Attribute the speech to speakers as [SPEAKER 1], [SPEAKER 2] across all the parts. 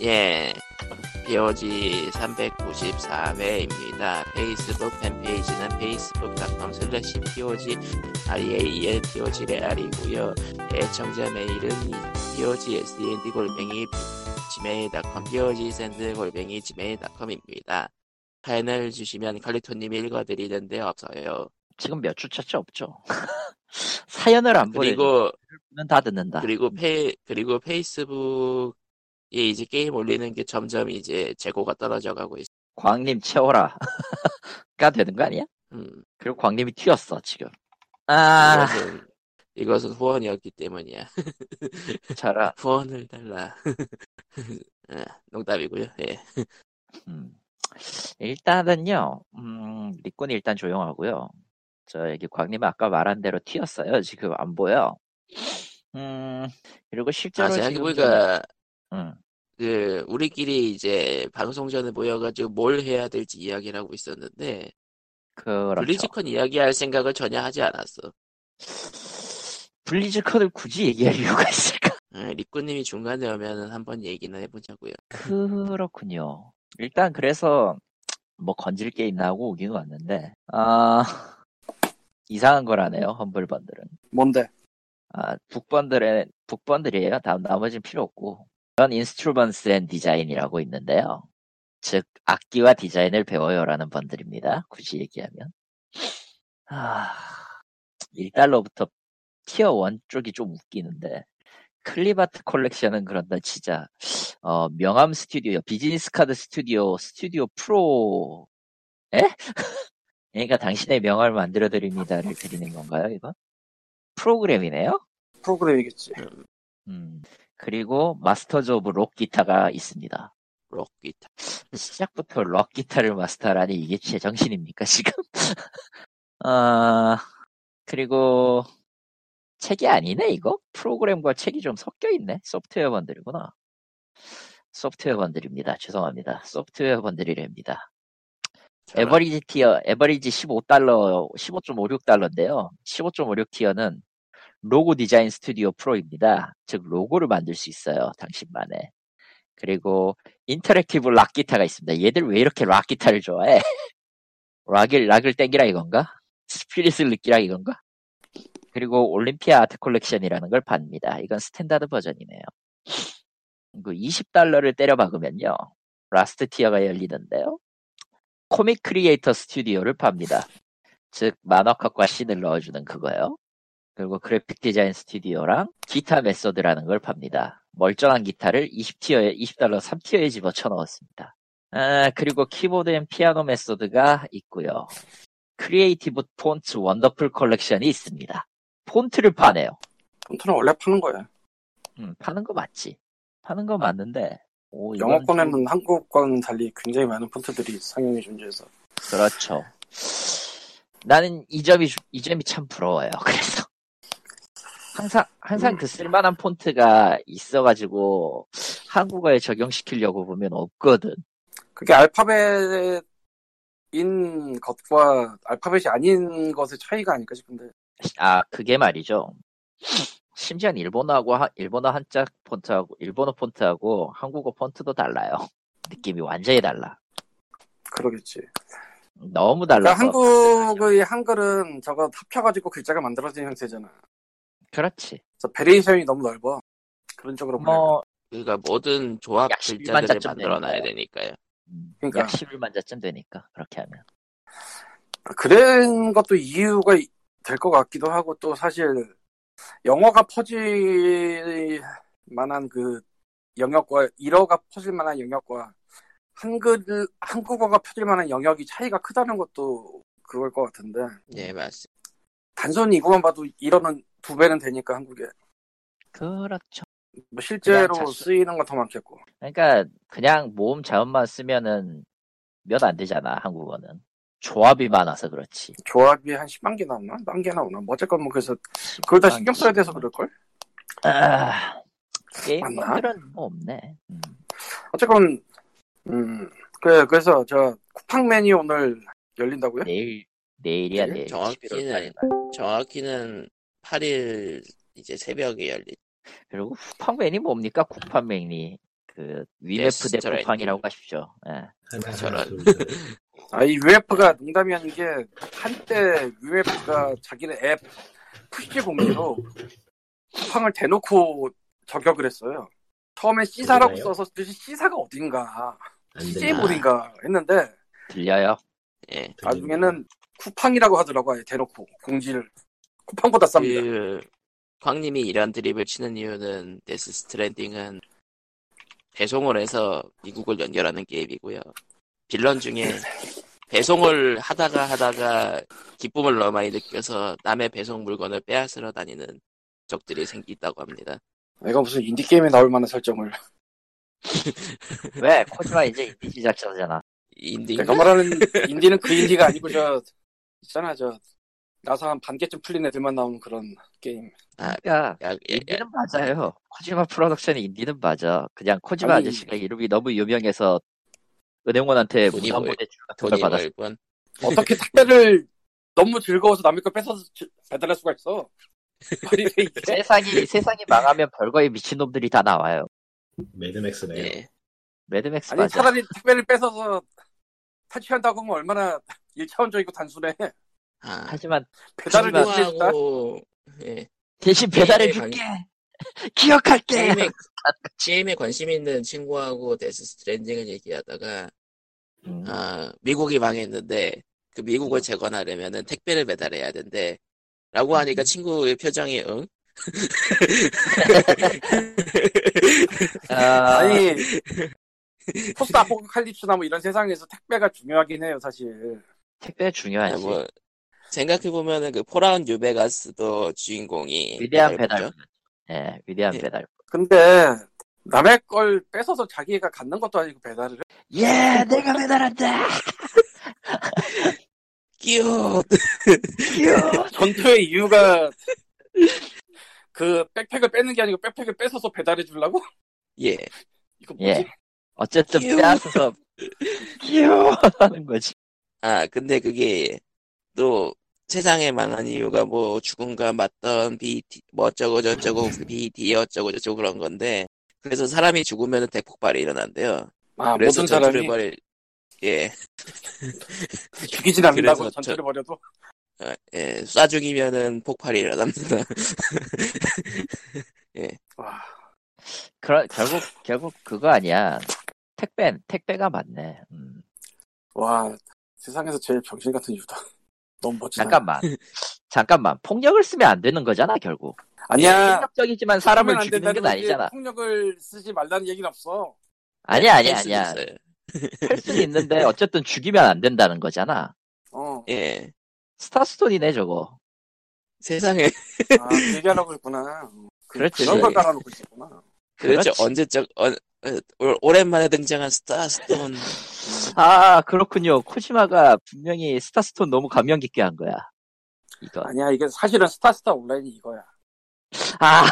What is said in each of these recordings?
[SPEAKER 1] 예, POG 394회입니다. 페이스북 팬페이지는 facebook.com slash POG E REAL POG 레알이고요. 애청자 메일은 POG SND E 골뱅이 gmail.com POG SND 골뱅이 gmail.com입니다. 사연을 주시면 칼리토님이 읽어드리는데 없어요.
[SPEAKER 2] 지금 몇 주차째 없죠. 사연을 안 보내면
[SPEAKER 1] 그리고
[SPEAKER 2] 다 듣는다.
[SPEAKER 1] 그리고 페 그리고 페이스북에 이제 게임 올리는 게 점점 이제 재고가 떨어져 가고 있어.
[SPEAKER 2] 광님 채워라가 되는 거 아니야?
[SPEAKER 1] 음,
[SPEAKER 2] 그리고 광님이 튀었어 지금. 아
[SPEAKER 1] 이것은 이것은 후원이었기 때문이야.
[SPEAKER 2] 저라.
[SPEAKER 1] 후원을 달라. 아, 농담이고요. 예.
[SPEAKER 2] 음. 일단은요. 음, 리콘이 일단 조용하고요. 저 여기 광님 아까 말한 대로 튀었어요. 지금 안 보여. 음 그리고
[SPEAKER 1] 아,
[SPEAKER 2] 실제로 지금 저는-
[SPEAKER 1] 생각해보니까
[SPEAKER 2] 음,
[SPEAKER 1] 그 우리끼리 이제 방송 전에 모여가지고 뭘 해야 될지 이야기를 하고 있었는데
[SPEAKER 2] 그렇죠.
[SPEAKER 1] 블리즈컨 이야기할 생각을 전혀 하지 않았어.
[SPEAKER 2] 블리즈컨을 굳이 얘기할 이유가 있을까?
[SPEAKER 1] 예, 리꾸님이 중간에 오면은 한번 얘기는 해보자고요.
[SPEAKER 2] 그렇군요. 일단 그래서 뭐 건질 게 있나 하고 오긴 왔는데 아 이상한 거라네요 험블 번들은
[SPEAKER 3] 뭔데?
[SPEAKER 2] 아 북번들의 북번들이에요 다음 나머지는 필요 없고 전 인스트루먼스 앤 디자인이라고 있는데요 즉 악기와 디자인을 배워요라는 번들입니다 굳이 얘기하면 아 1달러부터 티어 1 쪽이 좀 웃기는데 클리바트 컬렉션은 그런다 치자 어, 명함 스튜디오, 비즈니스 카드 스튜디오, 스튜디오 프로, 에? 그러니까 당신의 명함을 만들어드립니다를 드리는 건가요, 이거? 프로그램이네요?
[SPEAKER 3] 프로그램이겠지.
[SPEAKER 2] 음. 그리고 마스터즈 오브 록 기타가 있습니다.
[SPEAKER 1] 록 기타.
[SPEAKER 2] 시작부터 록 기타를 마스터라니 이게 제정신입니까, 지금? 아, 그리고 책이 아니네, 이거? 프로그램과 책이 좀 섞여 있네? 소프트웨어 번들이구나. 소프트웨어 번들입니다. 죄송합니다. 소프트웨어 번들이랍니다. 에버리지 티어, 에버리지 15달러, 15.56달러인데요. 15.56 티어는 로고 디자인 스튜디오 프로입니다. 즉, 로고를 만들 수 있어요. 당신만의. 그리고 인터랙티브 락 기타가 있습니다. 얘들 왜 이렇게 락 기타를 좋아해? 락을, 락을 땡기라 이건가? 스피릿을 느끼라 이건가? 그리고 올림피아 아트 컬렉션이라는 걸 팝니다. 이건 스탠다드 버전이네요. 그 20달러를 때려 박으면요. 라스트 티어가 열리는데요. 코믹 크리에이터 스튜디오를 팝니다. 즉, 만화컷과 씬을 넣어주는 그거요. 그리고 그래픽 디자인 스튜디오랑 기타 메소드라는 걸 팝니다. 멀쩡한 기타를 20티어에, 20달러 3티어에 집어쳐 넣었습니다. 아, 그리고 키보드 앤 피아노 메소드가 있고요. 크리에이티브 폰트 원더풀 컬렉션이 있습니다. 폰트를 파네요.
[SPEAKER 3] 폰트는 원래 파는 거야.
[SPEAKER 2] 음, 파는 거 맞지? 파는 거 맞는데. 오, 이건
[SPEAKER 3] 영어권에는
[SPEAKER 2] 좀-
[SPEAKER 3] 한국과는 달리 굉장히 많은 폰트들이 상용이 존재해서
[SPEAKER 2] 그렇죠. 나는 이 점이 주- 이 점이 참 부러워요. 그래서 항상 항상
[SPEAKER 3] 음.
[SPEAKER 2] 그 쓸만한 폰트가 있어가지고 한국어에 적용시키려고 보면 없거든.
[SPEAKER 3] 그게
[SPEAKER 2] 네.
[SPEAKER 3] 알파벳인 것과 알파벳이 아닌 것의 차이가 아닐까 싶은데
[SPEAKER 2] 아 그게 말이죠. 심지어 일본어하고 하- 일본어 한자 폰트하고 일본어 폰트하고 한국어 폰트도 달라요. 느낌이 완전히 달라.
[SPEAKER 3] 그러겠지.
[SPEAKER 2] 너무
[SPEAKER 3] 그러니까
[SPEAKER 2] 달라서.
[SPEAKER 3] 한국의 한글은 저거 합쳐가지고 글자가 만들어진 형태잖아.
[SPEAKER 2] 그렇지.
[SPEAKER 3] 그래서 베리에이션이 너무 넓어. 그런 쪽으로 보면
[SPEAKER 2] 뭐
[SPEAKER 1] 그러니까 모든 조합
[SPEAKER 2] 약 11만
[SPEAKER 1] 글자들을
[SPEAKER 2] 자쯤
[SPEAKER 1] 만들어놔야
[SPEAKER 2] 되니까요.
[SPEAKER 1] 되니까요.
[SPEAKER 2] 음,
[SPEAKER 3] 그러니까.
[SPEAKER 2] 약 11만 자쯤 되니까 그렇게 하면.
[SPEAKER 3] 그런 것도 이유가 될 것 같기도 하고 또 사실 영어가 퍼질 만한 그 영역과 일어가 퍼질 만한 영역과 한글 한국어가 퍼질 만한 영역이 차이가 크다는 것도 그걸 것 같은데
[SPEAKER 2] 음.
[SPEAKER 1] 예, 맞습니다.
[SPEAKER 3] 단순히 이거만 봐도 일어는 두 배는 되니까 한국에
[SPEAKER 2] 그렇죠.
[SPEAKER 3] 뭐 실제로
[SPEAKER 2] 그냥 자수-
[SPEAKER 3] 쓰이는 건 더 많겠고
[SPEAKER 2] 그러니까 그냥 모음 자음만 쓰면은 몇 안 되잖아 한국어는 조합이 많아서 그렇지.
[SPEAKER 3] 조합이 한 10만 개 나오나? 만 개 나오나? 뭐 어쨌건 뭐 그래서 그걸 다 신경 써야 돼서 그럴걸?
[SPEAKER 2] 아,
[SPEAKER 3] 맞나?
[SPEAKER 2] 게임들은 뭐 없네. 음.
[SPEAKER 3] 어쨌건 음 그래 그래서 저 쿠팡맨이 오늘 열린다고요?
[SPEAKER 2] 내일 내일이야
[SPEAKER 3] 내일?
[SPEAKER 2] 내일.
[SPEAKER 1] 정확히는
[SPEAKER 2] 11월 달이다.
[SPEAKER 1] 정확히는 8일 이제 새벽에 열린.
[SPEAKER 2] 그리고 쿠팡맨이 뭡니까 쿠팡맨이 그 위메프
[SPEAKER 1] 스트라이크.
[SPEAKER 2] 대포팡이라고 하십시오. 예.
[SPEAKER 1] 저런.
[SPEAKER 3] 아, 이 UF가 농담이 아닌 게, 한때 UF가 자기네 앱 푸시 공지로 팡을 대놓고 저격을 했어요. 처음에 C사라고
[SPEAKER 4] 그래요?
[SPEAKER 3] 써서 도대체 C사가 어딘가,
[SPEAKER 4] 안 된다.
[SPEAKER 3] CJ몰인가 했는데,
[SPEAKER 2] 들려요?
[SPEAKER 1] 예.
[SPEAKER 3] 나중에는 쿠팡이라고 하더라고, 아예 대놓고 공지를. 쿠팡보다 쌉니다.
[SPEAKER 1] 그 광님이 이런 드립을 치는 이유는 데스 스트랜딩은 배송을 해서 미국을 연결하는 게임이고요. 빌런 중에 배송을 하다가 하다가 기쁨을 너무 많이 느껴서 남의 배송 물건을 빼앗으러 다니는 적들이 생기다고 합니다.
[SPEAKER 3] 내가 예. 무슨 인디게임에 나올 만한 설정을.
[SPEAKER 2] 왜? 코지마 이제 인디 제작자잖아.
[SPEAKER 1] 인딩
[SPEAKER 3] 내가 말하는 인디는 그 인디가 아니고 저 있잖아 저 나사 한 반개쯤 풀린 애들만 나오는 그런 게임.
[SPEAKER 2] 그러니까
[SPEAKER 1] 야, 야, 야,
[SPEAKER 2] 인디는 맞아요. 코지마 프로덕션이 인디는 맞아. 그냥 코지마
[SPEAKER 3] 아니,
[SPEAKER 2] 아저씨가 이름이 너무 유명해서 은행원한테
[SPEAKER 1] 돈이
[SPEAKER 2] 무한
[SPEAKER 1] 벌-
[SPEAKER 2] 보내줄 같은 걸
[SPEAKER 1] 돈이
[SPEAKER 2] 받았어.
[SPEAKER 1] 벌건
[SPEAKER 3] 어떻게 택배를 너무 즐거워서 남의 걸 뺏어서 주- 배달할 수가 있어? 말이 돼 이게?
[SPEAKER 2] 세상이 세상이 망하면 별거에 미친 놈들이 다 나와요.
[SPEAKER 4] 매드맥스네요.
[SPEAKER 1] 예.
[SPEAKER 2] 매드맥스
[SPEAKER 3] 아니
[SPEAKER 2] 맞아.
[SPEAKER 3] 차라리 택배를 뺏어서 탈취한다고 하면 얼마나 일차원적이고 단순해.
[SPEAKER 1] 아,
[SPEAKER 2] 하지만
[SPEAKER 3] 배달을
[SPEAKER 2] 하지만-
[SPEAKER 3] 대신해 준다.
[SPEAKER 1] 하고 예.
[SPEAKER 2] 대신
[SPEAKER 1] 게임에
[SPEAKER 2] 배달해줄게. 기억할게.
[SPEAKER 1] 게임에, 게임에 관심 있는 친구하고 데스 스트랜딩을 얘기하다가
[SPEAKER 2] 음,
[SPEAKER 1] 아, 미국이 망했는데 그 미국을 재건하려면은 택배를 배달해야 된대. 라고
[SPEAKER 3] 음.
[SPEAKER 1] 하니까 친구의 표정이 응?
[SPEAKER 2] 아,
[SPEAKER 3] 아니 포스트 아포칼립스나 뭐 이런 세상에서 택배가 중요하긴 해요 사실.
[SPEAKER 2] 택배
[SPEAKER 3] 아, 예.
[SPEAKER 2] 중요하지.
[SPEAKER 1] 뭐 생각해 보면은 그 폴아웃 뉴베가스도 주인공이
[SPEAKER 2] 위대한
[SPEAKER 1] 배달부죠.
[SPEAKER 2] 배달. 예, 위대한
[SPEAKER 1] 예.
[SPEAKER 2] 배달.
[SPEAKER 3] 근데 남의 걸 뺏어서 자기가 갖는 것도 아니고 배달을 해?
[SPEAKER 2] 예, 내가 배달한다.
[SPEAKER 1] 끼요.
[SPEAKER 2] 귀여워.
[SPEAKER 3] 전투의 이유가 그 백팩을 빼는 게 아니고 백팩을 뺏어서 배달해 주려고?
[SPEAKER 1] 예.
[SPEAKER 3] 이거 뭐지?
[SPEAKER 2] 예. 어쨌든
[SPEAKER 1] 귀여워.
[SPEAKER 2] 빼앗아서 귀여워 하는 거지.
[SPEAKER 1] 아, 근데 그게 또 세상에 망한 이유가 뭐 죽음과 맞던 BT 뭐 어쩌고 저쩌고 BT 어쩌고 저쩌고 그런 건데 그래서 사람이 죽으면은 대폭발이 일어난대요.
[SPEAKER 3] 아,
[SPEAKER 1] 그래서
[SPEAKER 3] 모든 사람이
[SPEAKER 1] 전투를 뭐 벌일 예.
[SPEAKER 3] 죽이진 않는다고
[SPEAKER 1] 그래서
[SPEAKER 3] 전투를 벌여도
[SPEAKER 1] 아, 예, 쏴 죽이면은 폭발이 일어납니다.
[SPEAKER 3] 와,
[SPEAKER 2] 그러, 결국 결국 그거 아니야. 택배 택배가 맞네. 음,
[SPEAKER 3] 와 세상에서 제일 병신 같은 이유다. 너무 멋지다.
[SPEAKER 2] 잠깐만 잠깐만 폭력을 쓰면 안 되는 거잖아 결국. 예,
[SPEAKER 3] 아니야.
[SPEAKER 2] 폭력적이지만
[SPEAKER 3] 죽으면
[SPEAKER 2] 사람을
[SPEAKER 3] 안
[SPEAKER 2] 죽이는 건
[SPEAKER 3] 된다는 거지.
[SPEAKER 2] 아니잖아.
[SPEAKER 3] 폭력을 쓰지 말라는 얘기는 없어.
[SPEAKER 2] 아니야
[SPEAKER 1] 할
[SPEAKER 2] 아니야
[SPEAKER 1] 수도
[SPEAKER 2] 아니야.
[SPEAKER 1] 있어요.
[SPEAKER 2] 할 수는 있는데 어쨌든 죽이면 안 된다는 거잖아.
[SPEAKER 3] 어.
[SPEAKER 1] 예.
[SPEAKER 2] 스타스톤이네 저거.
[SPEAKER 1] 세상에
[SPEAKER 3] 아, 그 얘기하라고 했구나. 그,
[SPEAKER 2] 그렇지.
[SPEAKER 3] 런걸 깔아놓고 있었구나.
[SPEAKER 1] 도대체
[SPEAKER 3] 그렇죠.
[SPEAKER 2] 그렇지.
[SPEAKER 1] 언제적 어, 어, 오랜만에 등장한 스타스톤
[SPEAKER 2] 아 그렇군요. 코지마가 분명히 스타스톤 너무 감명 깊게 한 거야. 이거.
[SPEAKER 3] 아니야, 이게 사실은 스타스타 온라인이 이거야.
[SPEAKER 2] 아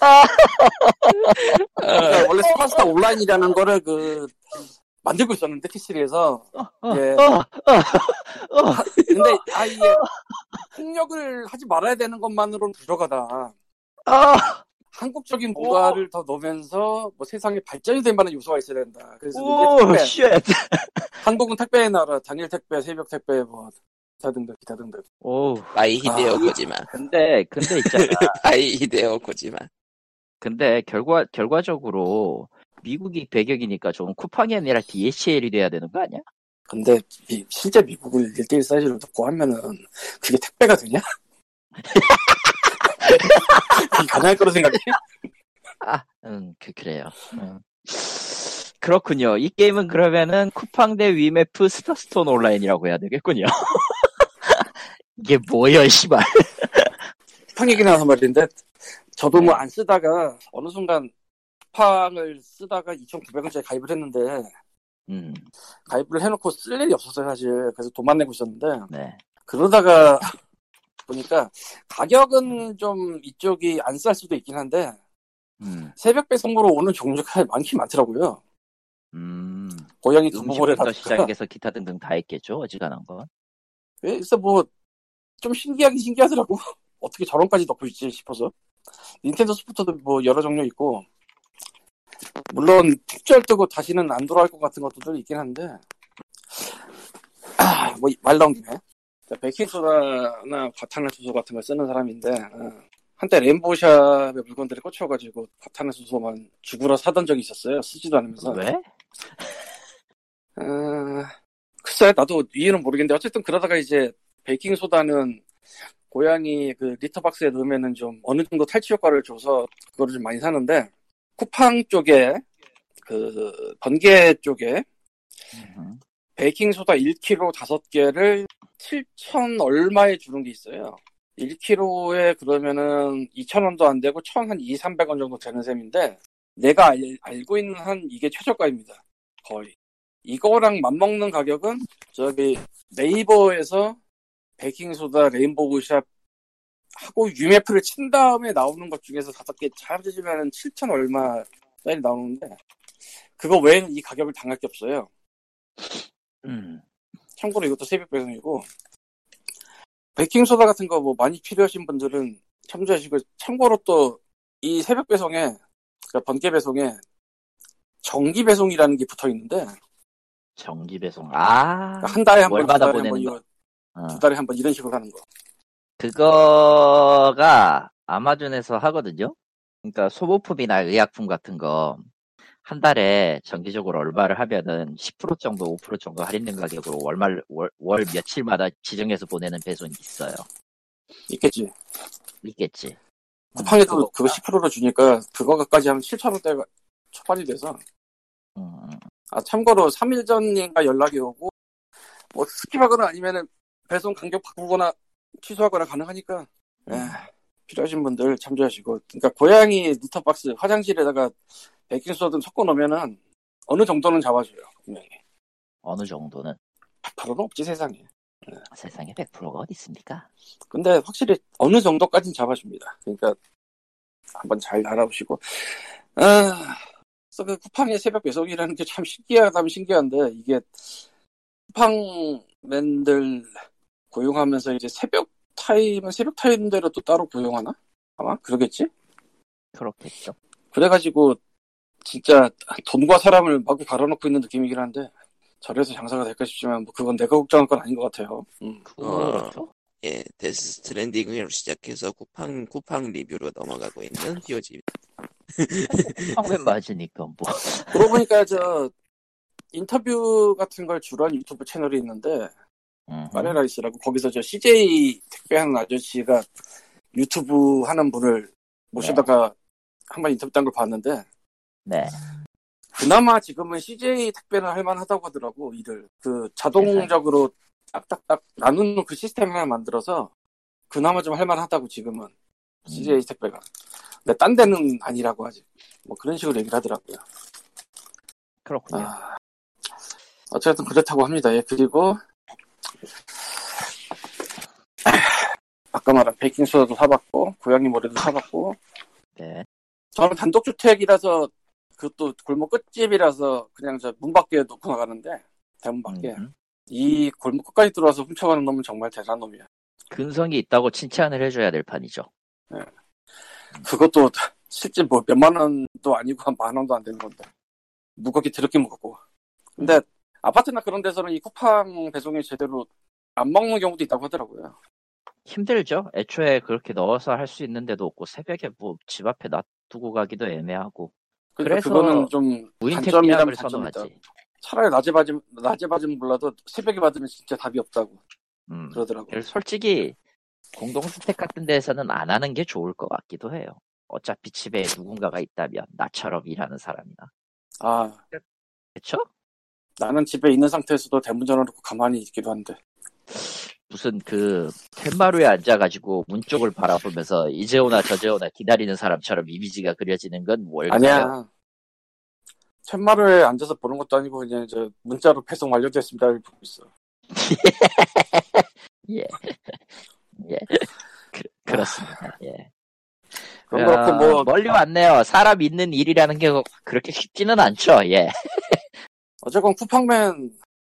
[SPEAKER 1] 어.
[SPEAKER 3] 그러니까 원래 스파스타 온라인이라는 거를 그 만들고 있었는데 T3에서 예.
[SPEAKER 2] 어,
[SPEAKER 3] 근데 아 이게 폭력을 하지 말아야 되는 것만으로는 부족하다.
[SPEAKER 2] 어.
[SPEAKER 3] 한국적인 문화를 더 넣으면서 뭐 세상에 발전이 될 만한 요소가 있어야 된다. 그래서
[SPEAKER 2] 오,
[SPEAKER 3] 이게 택배,
[SPEAKER 2] 쉣.
[SPEAKER 3] 한국은 택배의 나라, 당일 택배, 새벽 택배 뭐 기타 등등 기타 등등.
[SPEAKER 2] 오,
[SPEAKER 1] 마이 히데오
[SPEAKER 3] 아.
[SPEAKER 1] 코지마.
[SPEAKER 2] 근데, 근데 있잖아.
[SPEAKER 1] 마이 히데오 코지마.
[SPEAKER 2] 근데, 결과, 결과적으로, 미국이 배격이니까 좀 쿠팡이 아니라 DHL이 돼야 되는 거 아니야?
[SPEAKER 3] 근데 이- 실제 미국을 1대1 사이즈로 듣고 하면은 그게 택배가 되냐? 그게 가능할 거로 생각해?
[SPEAKER 2] 아, 음, 그, 그래요. 음. 그렇군요. 이 게임은 그러면은 쿠팡 대 위메프 스타스톤 온라인이라고 해야 되겠군요. 이게 뭐야, 씨발.
[SPEAKER 3] 쿠팡 얘기 나와서 말인데 저도 뭐 안 쓰다가 어느 순간 쿠팡을 쓰다가 2,900원짜리 가입을 했는데
[SPEAKER 2] 음,
[SPEAKER 3] 가입을 해놓고 쓸 일이 없었어요 사실 그래서 돈만 내고 있었는데
[SPEAKER 2] 네.
[SPEAKER 3] 그러다가 보니까 가격은 좀 이쪽이 안 쌀 수도 있긴 한데
[SPEAKER 2] 음,
[SPEAKER 3] 새벽 배송으로 오는 종류가 많긴 많더라고요
[SPEAKER 2] 음.
[SPEAKER 3] 고양이
[SPEAKER 2] 음식부터
[SPEAKER 3] 두부모래라든가
[SPEAKER 2] 시작해서 기타 등등 다 했겠죠, 어지간한 건.
[SPEAKER 3] 그래서 뭐 좀 신기하긴 신기하더라고 어떻게 저런까지 넣고 있지 싶어서 닌텐도 스포츠도 뭐 여러 종류 있고 물론 특절 뜨고 다시는 안 돌아올 것 같은 것도 들 있긴 한데 아, 뭐말 나온 김에 자, 베킹소다나 과탄화수소 같은 걸 쓰는 사람인데 어, 한때 램보샵에 물건들이 꽂혀가지고 과탄화수소만 죽으러 사던 적이 있었어요 쓰지도 않으면서
[SPEAKER 2] 왜?
[SPEAKER 3] 어, 글쎄 나도 이유는 모르겠는데 어쨌든 그러다가 이제 베이킹소다는 고양이 그 리터박스에 넣으면은 좀 어느 정도 탈취 효과를 줘서 그거를 좀 많이 사는데 쿠팡 쪽에 그 번개 쪽에
[SPEAKER 2] 음,
[SPEAKER 3] 베이킹소다 1kg 5개를 7천 얼마에 주는 게 있어요 1kg에 그러면은 2,000원도 안 되고 1,000, 한 2, 300원 정도 되는 셈인데, 내가 알, 알고 있는 한 이게 최저가입니다. 거의. 이거랑 맞먹는 가격은, 저기, 네이버에서 베킹소다 레인보우샵 하고 유메프를 친 다음에 나오는 것 중에서 다섯 개 합쳐지면 7,000 얼마짜리 나오는데, 그거 외에는 이 가격을 당할 게 없어요.
[SPEAKER 2] 음.
[SPEAKER 3] 참고로 이것도 세입 배송이고 베이킹 소다 같은 거 뭐 많이 필요하신 분들은 참조하시고 참고로 또 이 새벽 배송에 그러니까 번개 배송에 정기 배송이라는 게 붙어 있는데 그러니까
[SPEAKER 2] 정기 배송. 아,
[SPEAKER 3] 한 달에 한 번, 두
[SPEAKER 2] 월마다
[SPEAKER 3] 달에 한 번,
[SPEAKER 2] 보내는
[SPEAKER 3] 이거
[SPEAKER 2] 어.
[SPEAKER 3] 두 달에 한 번 이런 식으로 하는 거.
[SPEAKER 2] 그거가 아마존에서 하거든요. 그러니까 소모품이나 의약품 같은 거 한 달에 정기적으로 얼마를 하면은 10% 정도, 5% 정도 할인된 가격으로 월말 월, 월 며칠마다 지정해서 보내는 배송이 있어요.
[SPEAKER 3] 있겠지.
[SPEAKER 2] 있겠지.
[SPEAKER 3] 쿠팡에도
[SPEAKER 2] 음, 그거-
[SPEAKER 3] 그거 10%로 주니까 그거까지 하면 7천 원대 가 초반이 돼서
[SPEAKER 2] 음, 음.
[SPEAKER 3] 아 참고로 3일 전인가 연락이 오고 뭐 스킵하거나 아니면은 배송 간격 바꾸거나 취소하거나 가능하니까 예, 필요하신 분들 참조하시고 그러니까 고양이 리터박스 화장실에다가 베이킹소다 좀 섞어 놓으면은 어느 정도는 잡아줘요 분명히
[SPEAKER 2] 어느 정도는
[SPEAKER 3] 100%는 없지 세상에
[SPEAKER 2] 세상에 100%가 어디 있습니까?
[SPEAKER 3] 근데 확실히 어느 정도까지는 잡아줍니다 그러니까 한번 잘 알아보시고 아, 그래서 그 쿠팡의 새벽 배송이라는 게 참 신기하다면 신기한데 이게 쿠팡맨들 고용하면서 이제 새벽 타임은 새벽 타임대로 또 따로 고용하나 아마 그러겠지
[SPEAKER 2] 그렇겠죠.
[SPEAKER 3] 그래가지고 진짜 돈과 사람을 마구 갈아놓고 있는 느낌이긴 한데 저래서 장사가 될까 싶지만 뭐 그건 내가 걱정할 건 아닌 것 같아요. 음.
[SPEAKER 2] 그렇죠.
[SPEAKER 1] 예, 데스 스트랜딩으로 시작해서 쿠팡 쿠팡 리뷰로 넘어가고 있는 POG.
[SPEAKER 2] 황맨 맞으니까 뭐.
[SPEAKER 3] 그러고 보니까 저 인터뷰 같은 걸 주로 한 유튜브 채널이 있는데
[SPEAKER 2] 음.
[SPEAKER 3] 마레라이스라고 거기서 저 CJ 택배하는 아저씨가 유튜브 하는 분을 모셔다가 한 번 인터뷰 딴 걸 봤는데
[SPEAKER 2] 네.
[SPEAKER 3] 그나마 지금은 CJ 택배는 할만하다고 하더라고 일을 그 자동적으로 딱딱딱 나누는 그 시스템 하나 만들어서 그나마 좀 할만하다고 지금은
[SPEAKER 2] 음,
[SPEAKER 3] CJ 택배가 근데 딴 데는 아니라고 하지 뭐 그런 식으로 얘기를 하더라고요
[SPEAKER 2] 그렇군요.
[SPEAKER 3] 아, 어쨌든 그렇다고 합니다 예 그리고 아까 말한 베이킹소다도 사봤고 고양이 머리도 사봤고
[SPEAKER 2] 네.
[SPEAKER 3] 저는 단독주택이라서 그것도 골목 끝집이라서 그냥 저 문 밖에 놓고 나가는데 대문 밖에
[SPEAKER 2] 음.
[SPEAKER 3] 이 골목 끝까지 들어와서 훔쳐가는 놈은 정말 대단한 놈이야
[SPEAKER 2] 근성이 있다고 칭찬을 해줘야 될 판이죠.
[SPEAKER 3] 그것도 실제 뭐 몇만 원도 아니고 한 만 원도 안 되는 건데 무겁게 드럽게 무겁고 근데 아파트나 그런 데서는 이 쿠팡 배송이 제대로 안 먹는 경우도 있다고 하더라고요
[SPEAKER 2] 힘들죠. 애초에 그렇게 넣어서 할 수 있는데도 없고 새벽에 뭐 집 앞에 놔두고 가기도 애매하고
[SPEAKER 3] 그러니까
[SPEAKER 2] 그래서
[SPEAKER 3] 그거는 좀
[SPEAKER 2] 무인
[SPEAKER 3] 단점이라면
[SPEAKER 2] 택배함을
[SPEAKER 3] 단점이다
[SPEAKER 2] 선호하지.
[SPEAKER 3] 차라리 낮에 받으면 낮에 받으면 몰라도 새벽에 받으면 진짜 답이 없다고
[SPEAKER 2] 음.
[SPEAKER 3] 그러더라고요
[SPEAKER 2] 그래서 솔직히 공동 스택 같은 데에서는 안 하는 게 좋을 것 같기도 해요. 어차피 집에 누군가가 있다면 나처럼 일하는 사람이나
[SPEAKER 3] 아
[SPEAKER 2] 그쵸?
[SPEAKER 3] 나는 집에 있는 상태에서도 대문 열어놓고 가만히 있기도 한데
[SPEAKER 2] 무슨 그 캔마루에 앉아가지고 문 쪽을 바라보면서 이제 오나 저제 오나 기다리는 사람처럼 이미지가 그려지는 건 뭘까요?
[SPEAKER 3] 아니야 챗마루에 앉아서 보는 것도 아니고 그냥 저 문자로 배송 완료됐습니다 이렇게 보고 있어
[SPEAKER 2] 그렇습니다. 예.
[SPEAKER 3] 그럼 그렇게
[SPEAKER 2] 야,
[SPEAKER 3] 뭐
[SPEAKER 2] 멀리 왔네요. 사람 있는 일이라는 게 그렇게 쉽지는 않죠. 예.
[SPEAKER 3] 어쨌건 쿠팡맨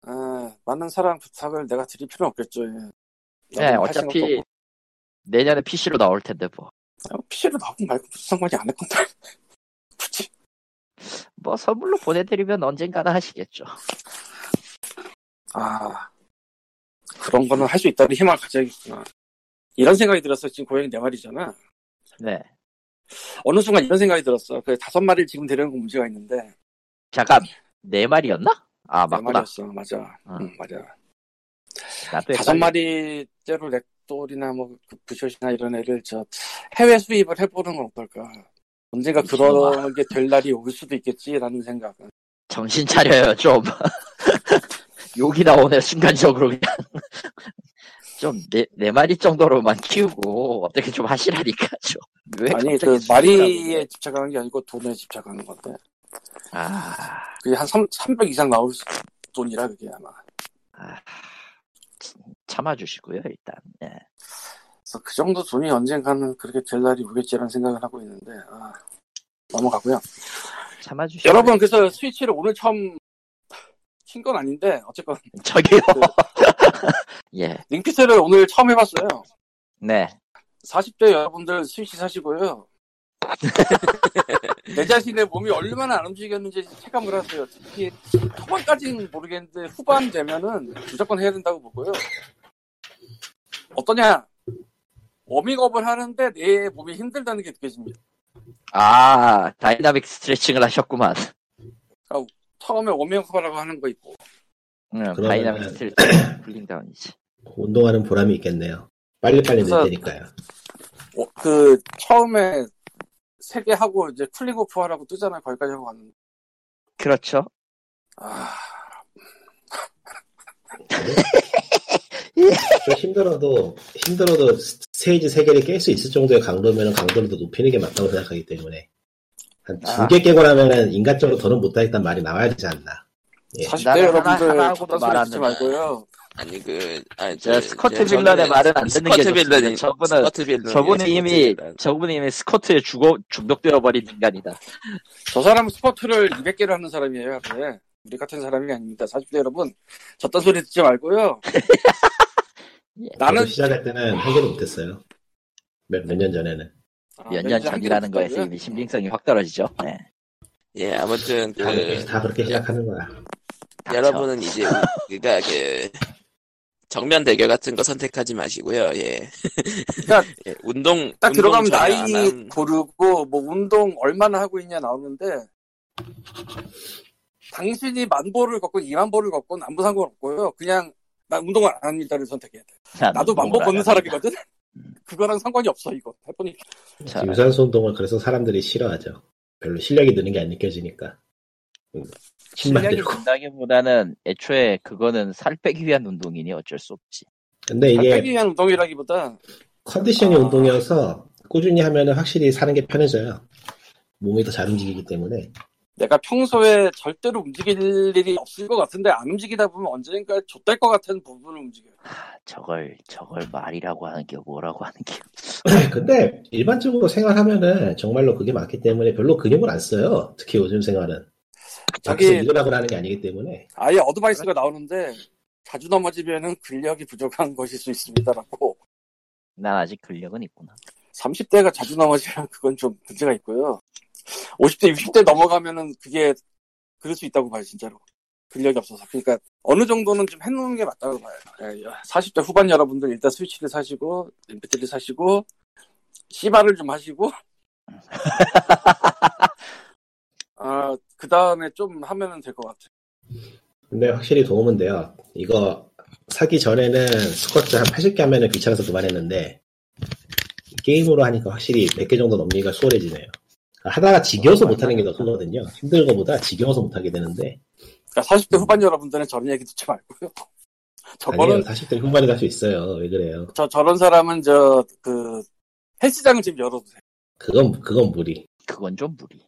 [SPEAKER 3] 에, 많은 사랑 부탁을 내가 드릴 필요는 없겠죠 예.
[SPEAKER 2] 네,
[SPEAKER 3] 나도 할 생각도
[SPEAKER 2] 어차피 내년에 PC로 나올 텐데 뭐.
[SPEAKER 3] 아, 없고. PC로 나오고 말고 무슨 상관이 안 할 건데 굳이
[SPEAKER 2] 뭐 선물로 보내드리면 언젠가나 하시겠죠.
[SPEAKER 3] 아 그런 거는 할 수 있다는 희망을 가져야겠구나. 이런 생각이 들었어. 지금 고양이 네 마리잖아.
[SPEAKER 2] 네.
[SPEAKER 3] 어느 순간 이런 생각이 들었어. 그 다섯 마리를 지금 데려온 건 문제가 있는데 네
[SPEAKER 2] 잠깐 네 마리였나? 아 맞구나.
[SPEAKER 3] 마리였어. 맞아.
[SPEAKER 2] 어.
[SPEAKER 3] 응, 맞아.
[SPEAKER 2] 나도
[SPEAKER 3] 다섯
[SPEAKER 2] 헷갈려.
[SPEAKER 3] 마리째로 렉돌이나 뭐그 부숏이나 이런 애를 저 해외 수입을 해보는 건 어떨까? 언젠가
[SPEAKER 2] 미친놈아.
[SPEAKER 3] 그런 게 될 날이 올 수도 있겠지라는 생각은.
[SPEAKER 2] 정신 차려요 좀. 욕이 나오네 순간적으로 그냥. 좀네 네 마리 정도로만 키우고 어떻게 좀 하시라니까 좀. 왜
[SPEAKER 3] 아니
[SPEAKER 2] 갑자기
[SPEAKER 3] 그
[SPEAKER 2] 순간-
[SPEAKER 3] 마리에 집착하는 게 아니고 돈에 집착하는 건데
[SPEAKER 2] 아,
[SPEAKER 3] 그게 한 3, 300 이상 나올 수- 돈이라 그게 아마.
[SPEAKER 2] 아, 참아주시고요 일단. 네.
[SPEAKER 3] 그래서 그 정도 돈이 언젠가는 그렇게 될 날이 오겠지라는 생각을 하고 있는데 아, 넘어가고요.
[SPEAKER 2] 참아주시고.
[SPEAKER 3] 여러분 그래서 스위치를 오늘 처음 킨 건 아닌데 어쨌건
[SPEAKER 2] 저기요.
[SPEAKER 3] 그
[SPEAKER 2] 예.
[SPEAKER 3] 링피스를 오늘 처음 해봤어요.
[SPEAKER 2] 네.
[SPEAKER 3] 40대 여러분들 스위치 사시고요. 내 자신의 몸이 얼마나 안 움직였는지 체감을 하세요. 특히 초반까지는 모르겠는데 후반 되면은 무조건 해야 된다고 보고요. 어떠냐? 워밍업을 하는데 내 몸이 힘들다는 게 느껴집니다.
[SPEAKER 2] 아 다이나믹 스트레칭을 하셨구만.
[SPEAKER 3] 처음에 워밍업하라고 하는 거 있고
[SPEAKER 2] 응,
[SPEAKER 4] 그러면은-
[SPEAKER 2] 다이나믹 스트레칭 쿨링다운이지.
[SPEAKER 4] 운동하는 보람이 있겠네요. 빨리빨리 늘
[SPEAKER 3] 그래서-
[SPEAKER 4] 테니까요.
[SPEAKER 3] 어, 그 처음에 세 개 하고 이제 쿨링오프 하라고 뜨잖아요. 거기까지 하고 왔는데
[SPEAKER 2] 그렇죠.
[SPEAKER 3] 아,
[SPEAKER 4] 좀 힘들어도, 힘들어도 스테이지 3개를 깰 수 있을 정도의 강도면 강도를 더 높이는 게 맞다고 생각하기 때문에. 한 두
[SPEAKER 2] 아.
[SPEAKER 4] 개 깨고 나면은 인간적으로 더는 못하겠다는 말이 나와야 되지 않나. 예.
[SPEAKER 3] 40대
[SPEAKER 2] 나는
[SPEAKER 3] 여러분들
[SPEAKER 2] 하나- 하나 하고도
[SPEAKER 3] 저딴 소리 듣지
[SPEAKER 2] 말았는데.
[SPEAKER 3] 말고요.
[SPEAKER 1] 아니 그 아니
[SPEAKER 2] 저
[SPEAKER 1] 저
[SPEAKER 2] 스쿼트 빌런의 말은 안 듣는 게 좋습니다. 저분은-
[SPEAKER 1] 그
[SPEAKER 2] 저분은 이미 저분은 이미 스쿼트에 죽어 중독되어 버린 인간이다.
[SPEAKER 3] 저 사람은 스포트를 200개를 하는 사람이에요. 근데 우리 같은 사람이 아닙니다. 40대 여러분, 저딴 소리 듣지 말고요.
[SPEAKER 4] 나는
[SPEAKER 3] 나는
[SPEAKER 4] 시작할 때는 한 개도 못했어요. 몇 몇 년 전에는.
[SPEAKER 3] 아,
[SPEAKER 2] 몇 년
[SPEAKER 3] 왠지 한
[SPEAKER 2] 전이라는
[SPEAKER 3] 개도
[SPEAKER 2] 거에서
[SPEAKER 3] 없다고요?
[SPEAKER 2] 이미 신빙성이 확 떨어지죠. 네.
[SPEAKER 1] 예 아무튼
[SPEAKER 4] 다, 그렇게,
[SPEAKER 1] 그
[SPEAKER 4] 다 그렇게 시작하는 거야.
[SPEAKER 2] 닥쳐.
[SPEAKER 1] 여러분은 이제 그러니까 그 정면 대결 같은 거 선택하지 마시고요. 예.
[SPEAKER 3] 그러니까
[SPEAKER 1] 예, 운동
[SPEAKER 3] 딱
[SPEAKER 1] 운동
[SPEAKER 3] 들어가면
[SPEAKER 1] 전혀
[SPEAKER 3] 나이
[SPEAKER 1] 안 함.
[SPEAKER 3] 고르고 뭐 운동 얼마나 하고 있냐 나오는데 당신이 만 보를 걷건 2만 보를 걷건 아무 상관없고요. 그냥 나 운동을 안 합니다를 선택해야 돼.
[SPEAKER 2] 난 음,
[SPEAKER 3] 나도
[SPEAKER 2] 운동을
[SPEAKER 3] 만보
[SPEAKER 2] 안
[SPEAKER 3] 걷는
[SPEAKER 2] 합니다. 음.
[SPEAKER 3] 사람이거든. 그거랑 상관이 없어 이거. 해보니까
[SPEAKER 2] 자,
[SPEAKER 4] 유산소 운동을 그래서 사람들이 싫어하죠. 별로 실력이 느는 게 안 느껴지니까. 음, 힘만
[SPEAKER 2] 실력이
[SPEAKER 4] 들고.
[SPEAKER 2] 된다기보다는 애초에 그거는 살 빼기 위한 운동이니 어쩔 수 없지.
[SPEAKER 4] 근데
[SPEAKER 3] 살
[SPEAKER 4] 이게
[SPEAKER 3] 빼기 위한 운동이라기보다
[SPEAKER 4] 컨디션이
[SPEAKER 3] 아.
[SPEAKER 4] 운동이어서 꾸준히 하면은 확실히 사는 게 편해져요. 몸이 더 잘 움직이기 때문에.
[SPEAKER 3] 내가 평소에 절대로 움직일 일이 없을 것 같은데 안 움직이다 보면 언젠가 좆될 것 같은 부분을 움직여요.
[SPEAKER 2] 아, 저걸 저걸 말이라고 하는 게 뭐라고 하는 게
[SPEAKER 4] 근데 일반적으로 생활하면은 정말로 그게 많기 때문에 별로 근육을 안 써요. 특히 요즘 생활은.
[SPEAKER 3] 저기-
[SPEAKER 4] 저기 일어나고 하는 게 아니기 때문에.
[SPEAKER 3] 아예 어드바이스가 나오는데 자주 넘어지면은 근력이 부족한 것일 수 있습니다라고.
[SPEAKER 2] 난 아직 근력은 있구나.
[SPEAKER 3] 30대가 자주 넘어지면 그건 좀 문제가 있고요. 50대, 60대 넘어가면은 그게 그럴 수 있다고 봐요, 진짜로. 근력이 없어서. 그러니까 어느 정도는 좀 해놓는 게 맞다고 봐요. 예, 40대 후반 여러분들 일단 스위치를 사시고, 림프트를 사시고, 씨발을 좀 하시고, 아, 그 다음에 좀 하면은 될 것 같아요.
[SPEAKER 4] 근데 확실히 도움은 돼요. 이거 사기 전에는 스쿼트 한 80개 하면은 귀찮아서 그만했는데 게임으로 하니까 확실히 100개 정도 넘기기가 수월해지네요. 하다가 지겨워서 못하는 게 더 크거든요. 힘든 거보다 지겨워서 못하게 되는데
[SPEAKER 3] 그러니까 40대 후반 여러분들은 저런 얘기 듣지 말고요. 저거는
[SPEAKER 4] 아니에요. 40대 후반에 갈수 있어요. 왜 그래요?
[SPEAKER 3] 저 저런 사람은 저 그 헬스장을 지금 열어두세요
[SPEAKER 4] 그건 그건 무리.
[SPEAKER 2] 그건 좀 무리.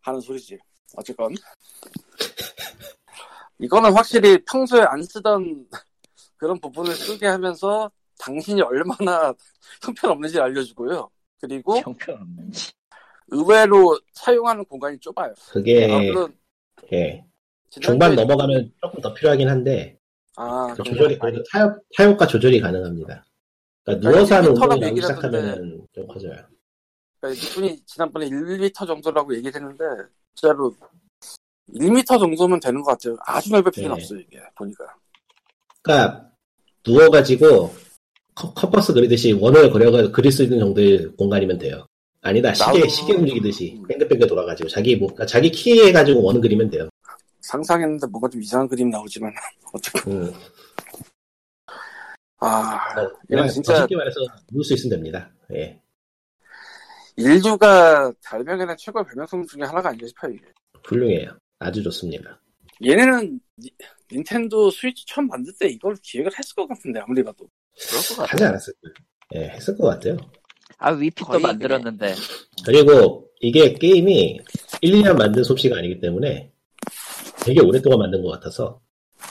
[SPEAKER 3] 하는 소리지. 어쨌건 이거는 확실히 평소에 안 쓰던 그런 부분을 쓰게 하면서 당신이 얼마나 형편없는지 알려주고요. 그리고
[SPEAKER 2] 형편 없는지.
[SPEAKER 3] 의외로 사용하는 공간이 좁아요.
[SPEAKER 4] 그게
[SPEAKER 3] 아, 물론
[SPEAKER 4] 예.
[SPEAKER 3] 지난주에-
[SPEAKER 4] 중반 넘어가면 조금 더 필요하긴 한데
[SPEAKER 3] 아,
[SPEAKER 4] 그
[SPEAKER 3] 그래요?
[SPEAKER 4] 조절이 그래도 타협 타협과 조절이 가능합니다. 그러니까 누워서 하는
[SPEAKER 3] 일터라고
[SPEAKER 4] 운동이라고
[SPEAKER 3] 얘기를 하던데.
[SPEAKER 4] 시작하면은 좀 커져요.
[SPEAKER 3] 그러니까 이분이 지난번에 1리터 정도라고 얘기했는데 진짜로 1m 정도면 되는 것 같아요. 아주 넓을 필요는
[SPEAKER 4] 네.
[SPEAKER 3] 없어요, 이게. 보니까.
[SPEAKER 4] 그러니까 누워가지고 컵- 컴퍼스 그리듯이 원을 그려가 그릴 수 있는 정도의 공간이면 돼요. 아니다 시계
[SPEAKER 3] 나도- 뭐
[SPEAKER 4] 시계 움직이듯이 뱅글뱅글 돌아가지고 자기 뭐 그러니까 자기 키에 가지고 원을 그리면 돼요.
[SPEAKER 3] 상상했는데 뭔가 좀 이상한 그림 나오지만, 어쨌든.
[SPEAKER 4] 음.
[SPEAKER 3] 아,
[SPEAKER 4] 그냥
[SPEAKER 3] 이건 진짜-
[SPEAKER 4] 더 쉽게 말해서 누울 수 있으면 됩니다. 예.
[SPEAKER 3] 인류가 달병에는 최고의 별명성 중에 하나가 아닌가 싶어요, 이게.
[SPEAKER 4] 훌륭해요. 아주 좋습니다.
[SPEAKER 3] 얘네는 니- 닌텐도 스위치 처음 만들 때 이걸 기획을 했을 것 같은데, 아무리 봐도.
[SPEAKER 1] 그럴 것 같아.
[SPEAKER 4] 하지 않았을 거예요. 예, 했을 것 같아요.
[SPEAKER 2] 아 위핏도
[SPEAKER 1] 거의
[SPEAKER 2] 만들었는데
[SPEAKER 4] 그리고 이게 게임이 1, 2년 만든 솜씨가 아니기 때문에 되게 오랫동안 만든 것 같아서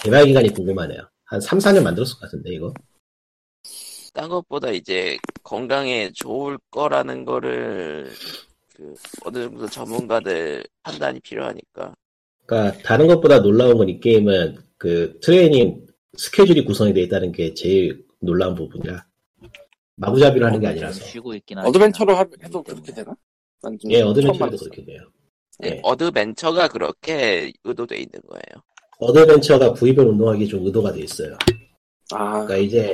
[SPEAKER 4] 개발 기간이 궁금하네요. 한 3, 4년 만들었을 것 같은데 이거.
[SPEAKER 1] 딴 것보다 이제 건강에 좋을 거라는 거를 그 어느 정도 전문가들 판단이 필요하니까
[SPEAKER 4] 그러니까 다른 것보다 놀라운 건 이 게임은 그 트레이닝 스케줄이 구성이 되어 있다는 게 제일 놀라운 부분이라 마구잡이로 하는
[SPEAKER 2] 뭔가
[SPEAKER 4] 게
[SPEAKER 2] 좀
[SPEAKER 4] 아니라서 그러니까.
[SPEAKER 2] 쉬고 있긴 하지만. 네.
[SPEAKER 3] 어드벤처로 하- 해도 그렇게 되나? 난 좀
[SPEAKER 4] 예
[SPEAKER 3] 처음
[SPEAKER 4] 어드벤처도
[SPEAKER 3] 만들었어.
[SPEAKER 4] 그렇게 돼요
[SPEAKER 1] 네,
[SPEAKER 4] 예.
[SPEAKER 1] 어드벤처가 그렇게 의도돼 있는 거예요.
[SPEAKER 4] 어드벤처가 구입을 운동하기 좀 의도가 돼 있어요
[SPEAKER 3] 아,
[SPEAKER 4] 그러니까 이제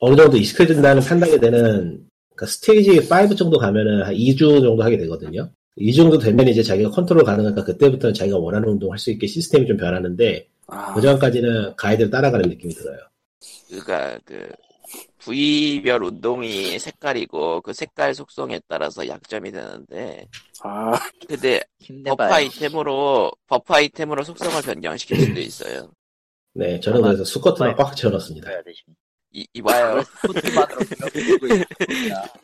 [SPEAKER 4] 어느 정도 익숙해진다는 판단이 되는 그러니까 스테이지 5 정도 가면은 한 2주 정도 하게 되거든요 2주 정도 되면 이제 자기가 컨트롤 가능하니까 그때부터는 자기가 원하는 운동 할 수 있게 시스템이 좀 변하는데
[SPEAKER 3] 아,
[SPEAKER 4] 그 전까지는 가이드를 따라가는 느낌이 들어요
[SPEAKER 1] 그러니까 그 부위별 운동이 색깔이고 그 색깔 속성에 따라서 약점이 되는데
[SPEAKER 3] 아,
[SPEAKER 1] 근데 버프
[SPEAKER 2] 네, 힘내봐요.
[SPEAKER 1] 아이템으로 버프 아이템으로 속성을 변경시킬 수도 있어요.
[SPEAKER 4] 네 저는
[SPEAKER 2] 아마 네.
[SPEAKER 4] 그래서 수컷만 꽉 채워넣습니다
[SPEAKER 2] 해야 되지.
[SPEAKER 1] 이, 이봐요.
[SPEAKER 2] 포트만으로 부르고 있습니다.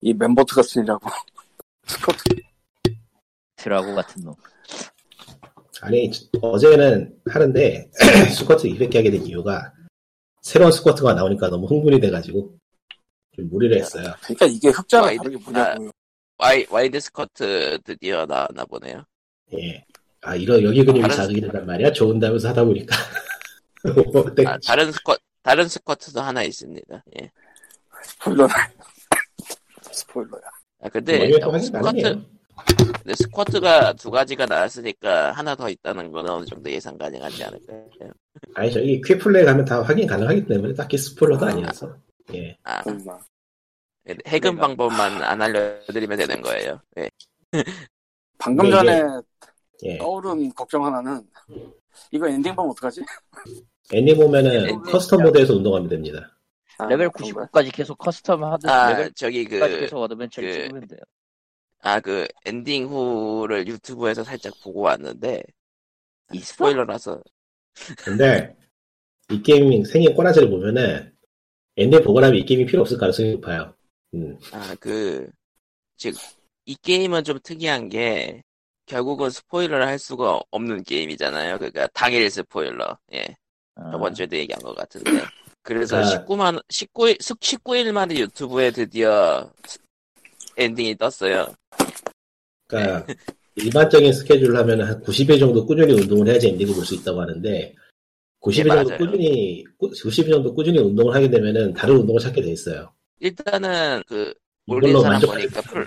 [SPEAKER 3] 이 멤버트가 쓰이라고. 스쿼트.
[SPEAKER 2] 드라고 같은 놈.
[SPEAKER 4] 아니 어제는 하는데 스쿼트 200개 하게 된 이유가 새로운 스쿼트가 나오니까 너무 흥분이 돼가지고 좀 무리를 했어요.
[SPEAKER 3] 그러니까 이게 흑자랑
[SPEAKER 2] 아,
[SPEAKER 1] 와이드-
[SPEAKER 3] 다른 게 뭐냐고요.
[SPEAKER 1] 와이, 와이드 스커트 드디어 나왔나 보네요.
[SPEAKER 4] 예. 아 이런 여기 근육이
[SPEAKER 1] 다른-
[SPEAKER 4] 자극이란 말이야. 좋은다면서 하다 보니까. 뭐 네.
[SPEAKER 1] 아, 다른 스쿼 다른 스쿼트도 하나 있습니다. 예.
[SPEAKER 3] 스포일러다. 스포일러야.
[SPEAKER 1] 아,
[SPEAKER 4] 뭐 네,
[SPEAKER 1] 근데 스쿼트 근데 스쿼트가 두 가지가 나왔으니까 하나 더 있다는 건 어느 정도 예상 가능하지 않을까요?
[SPEAKER 4] 아니 저기 퀵플레이 가면 다 확인 가능하기 때문에 딱히 스포일러도 아니라서. 예.
[SPEAKER 1] 아,
[SPEAKER 3] 정말.
[SPEAKER 2] 네.
[SPEAKER 1] 해금 방법만 안 알려드리면 되는 거예요. 예.
[SPEAKER 3] 방금
[SPEAKER 4] 근데
[SPEAKER 3] 전에
[SPEAKER 4] 예.
[SPEAKER 3] 떠오른 걱정 하나는 이거 엔딩 보면 어떡하지?
[SPEAKER 4] 애니 보면은
[SPEAKER 2] 엔딩.
[SPEAKER 4] 커스텀 모드에서 운동하면 됩니다.
[SPEAKER 3] 아,
[SPEAKER 2] 레벨
[SPEAKER 3] 그런가요?
[SPEAKER 2] 99까지 계속 커스텀 하듯이
[SPEAKER 1] 아,
[SPEAKER 2] 레벨
[SPEAKER 1] 저기
[SPEAKER 2] 9까지
[SPEAKER 1] 그,
[SPEAKER 2] 계속 어드벤처를
[SPEAKER 1] 그-
[SPEAKER 2] 찍으면 돼요.
[SPEAKER 1] 아, 그 엔딩 후를 유튜브에서 살짝 보고 왔는데, 아,
[SPEAKER 2] 있어?
[SPEAKER 1] 스포일러라서,
[SPEAKER 4] 근데 이 게임 생긴 꼬라지를 보면은 엔딩 보고 나면 이 게임이 필요 없을 가능성이 높아요. 음.
[SPEAKER 1] 아, 그, 즉, 이 게임은 좀 특이한 게, 결국은 스포일러를 할 수가 없는 게임이잖아요. 그러니까 당일 스포일러. 예.
[SPEAKER 2] 아,
[SPEAKER 1] 저번 주에도 얘기한 것 같은데. 그래서
[SPEAKER 4] 아.
[SPEAKER 1] 19만, 19일, 19일 만에 유튜브에 드디어 엔딩이 떴어요.
[SPEAKER 4] 그러니까
[SPEAKER 3] 네.
[SPEAKER 4] 일반적인 스케줄을 하면 한 90일 정도 꾸준히 운동을 해야지 엔딩을 볼 수 있다고 하는데 90일
[SPEAKER 1] 네,
[SPEAKER 4] 정도
[SPEAKER 1] 맞아요.
[SPEAKER 4] 꾸준히 꾸- 90일 정도 꾸준히 운동을 하게 되면은 다른 운동을 찾게 돼 있어요.
[SPEAKER 1] 일단은 그 올린
[SPEAKER 4] 이걸로
[SPEAKER 1] 사람
[SPEAKER 4] 만족.
[SPEAKER 1] 보니까 풀,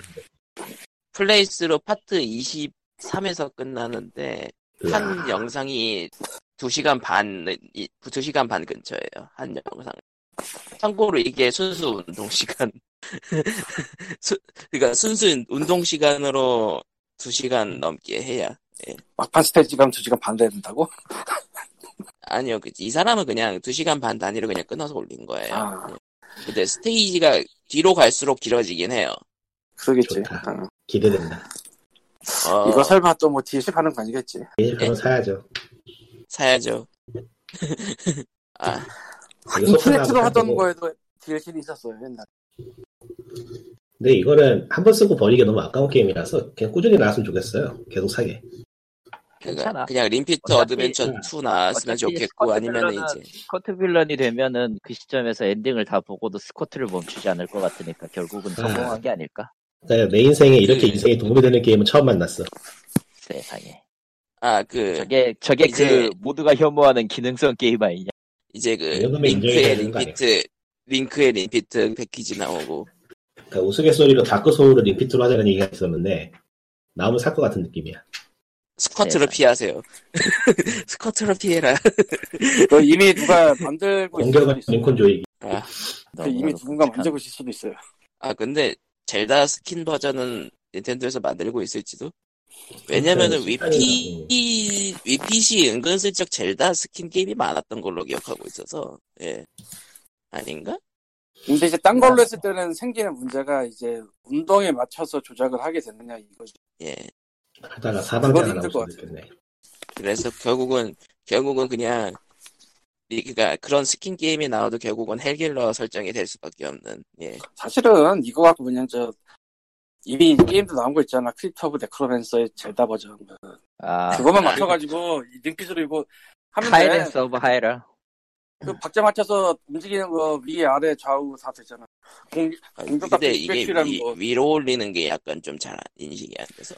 [SPEAKER 1] 플레이스로 파트 23에서 끝나는데 한 영상이 2시간 반, 2시간 반 근처예요. 한 영상. 참고로 이게 순수 운동 시간. 수, 그러니까 순수 운동 시간으로 2시간 넘게 해야
[SPEAKER 3] 막판 스테이지 가면 2시간 반 돼야 된다고?
[SPEAKER 1] 아니요, 그, 이 사람은 그냥 2시간 반 단위로 그냥 끊어서 올린 거예요.
[SPEAKER 3] 아.
[SPEAKER 1] 근데 스테이지가 뒤로 갈수록 길어지긴 해요.
[SPEAKER 3] 그러겠지.
[SPEAKER 4] 좋다.
[SPEAKER 3] 어.
[SPEAKER 4] 기대된다.
[SPEAKER 1] 어,
[SPEAKER 3] 이거 설마 또 뭐 DLC 파는 거 아니겠지?
[SPEAKER 4] 예전처럼 사야죠.
[SPEAKER 1] 사야죠. 아,
[SPEAKER 3] 인피니트로 하던
[SPEAKER 4] 하고.
[SPEAKER 3] 거에도 DLC는 있었어요, 옛날에.
[SPEAKER 4] 근데 이거는 한 번 쓰고 버리기 너무 아까운 게임이라서 그냥 꾸준히 나왔으면 좋겠어요. 계속 사게.
[SPEAKER 1] 그러니까
[SPEAKER 2] 괜찮아.
[SPEAKER 1] 그냥 림피트
[SPEAKER 2] 어차피-
[SPEAKER 1] 어드벤처 2 나왔으면
[SPEAKER 2] 어차피
[SPEAKER 1] 좋겠고,
[SPEAKER 2] 스쿼트
[SPEAKER 1] 아니면
[SPEAKER 2] 빌런은-
[SPEAKER 1] 이제,
[SPEAKER 2] 스쿼트 빌런이 되면은 그 시점에서 엔딩을 다 보고도 스쿼트를 멈추지 않을 것 같으니까
[SPEAKER 4] 아.
[SPEAKER 2] 결국은 성공한 게 아닐까?
[SPEAKER 4] 그러니까 내 인생에 이렇게
[SPEAKER 3] 음.
[SPEAKER 1] 그-
[SPEAKER 4] 인생이 도움이 되는 게임은 처음 만났어.
[SPEAKER 2] 세상에.
[SPEAKER 1] 아, 그,
[SPEAKER 2] 저게 저게
[SPEAKER 1] 이제-
[SPEAKER 2] 그 모두가 혐오하는 기능성 게임 아니냐?
[SPEAKER 1] 이제 그,
[SPEAKER 4] 이 정도면 네, 인정이
[SPEAKER 1] 링크에
[SPEAKER 4] 되는 거
[SPEAKER 1] 림피트, 링크에 림피트 패키지 나오고,
[SPEAKER 4] 그러니까 우스갯소리로 다크 소울을 리피트로 하자는 얘기가 있었는데 나오면 살 것 같은 느낌이야.
[SPEAKER 1] 스쿼트로
[SPEAKER 2] 세상에.
[SPEAKER 1] 피하세요. 스쿼트로 피해라.
[SPEAKER 3] 그 이미 누가 만들고 있을 수도
[SPEAKER 4] 연결과
[SPEAKER 3] 있어요.
[SPEAKER 4] 링컨 조이기.
[SPEAKER 1] 아,
[SPEAKER 3] 그 이미 누군가 만들고 있을 수도 있어요.
[SPEAKER 1] 아, 근데 젤다 스킨 버전은 닌텐도에서 만들고 있을지도? 왜냐면은
[SPEAKER 4] 일단은
[SPEAKER 1] 위피, 위피시 은근슬쩍 젤다 스킨 게임이 많았던 걸로 기억하고 있어서, 예. 아닌가?
[SPEAKER 3] 근데 이제 딴 걸로 했을 때는 생기는 문제가 이제 운동에 맞춰서 조작을 하게 되느냐 이거죠.
[SPEAKER 1] 예.
[SPEAKER 4] 하다가 사방자가
[SPEAKER 3] 그건 힘들
[SPEAKER 4] 나올
[SPEAKER 3] 것
[SPEAKER 4] 수도 있겠네.
[SPEAKER 1] 그래서 결국은, 결국은 그냥, 그러니까 그런 스킨 게임이 나와도 결국은 헬길러 설정이 될 수밖에 없는, 예.
[SPEAKER 3] 사실은 이거 갖고 그냥 저 이미 게임도 나온 거 있잖아. 크립트 오브 네크로맨서의 젤다 버전.
[SPEAKER 2] 아,
[SPEAKER 3] 그것만 맞춰가지고 이 링피스로 이거 하면 돼.
[SPEAKER 2] 하이렌스 오브 하이럴.
[SPEAKER 3] 그 박자 맞춰서 움직이는 거 위, 아래, 좌우 다 되잖아. 공,
[SPEAKER 1] 아,
[SPEAKER 3] 공중값
[SPEAKER 1] 근데 이게
[SPEAKER 3] 600이라는
[SPEAKER 1] 위,
[SPEAKER 3] 거.
[SPEAKER 1] 위로 올리는 게 약간 좀 잘 인식이 안 돼서.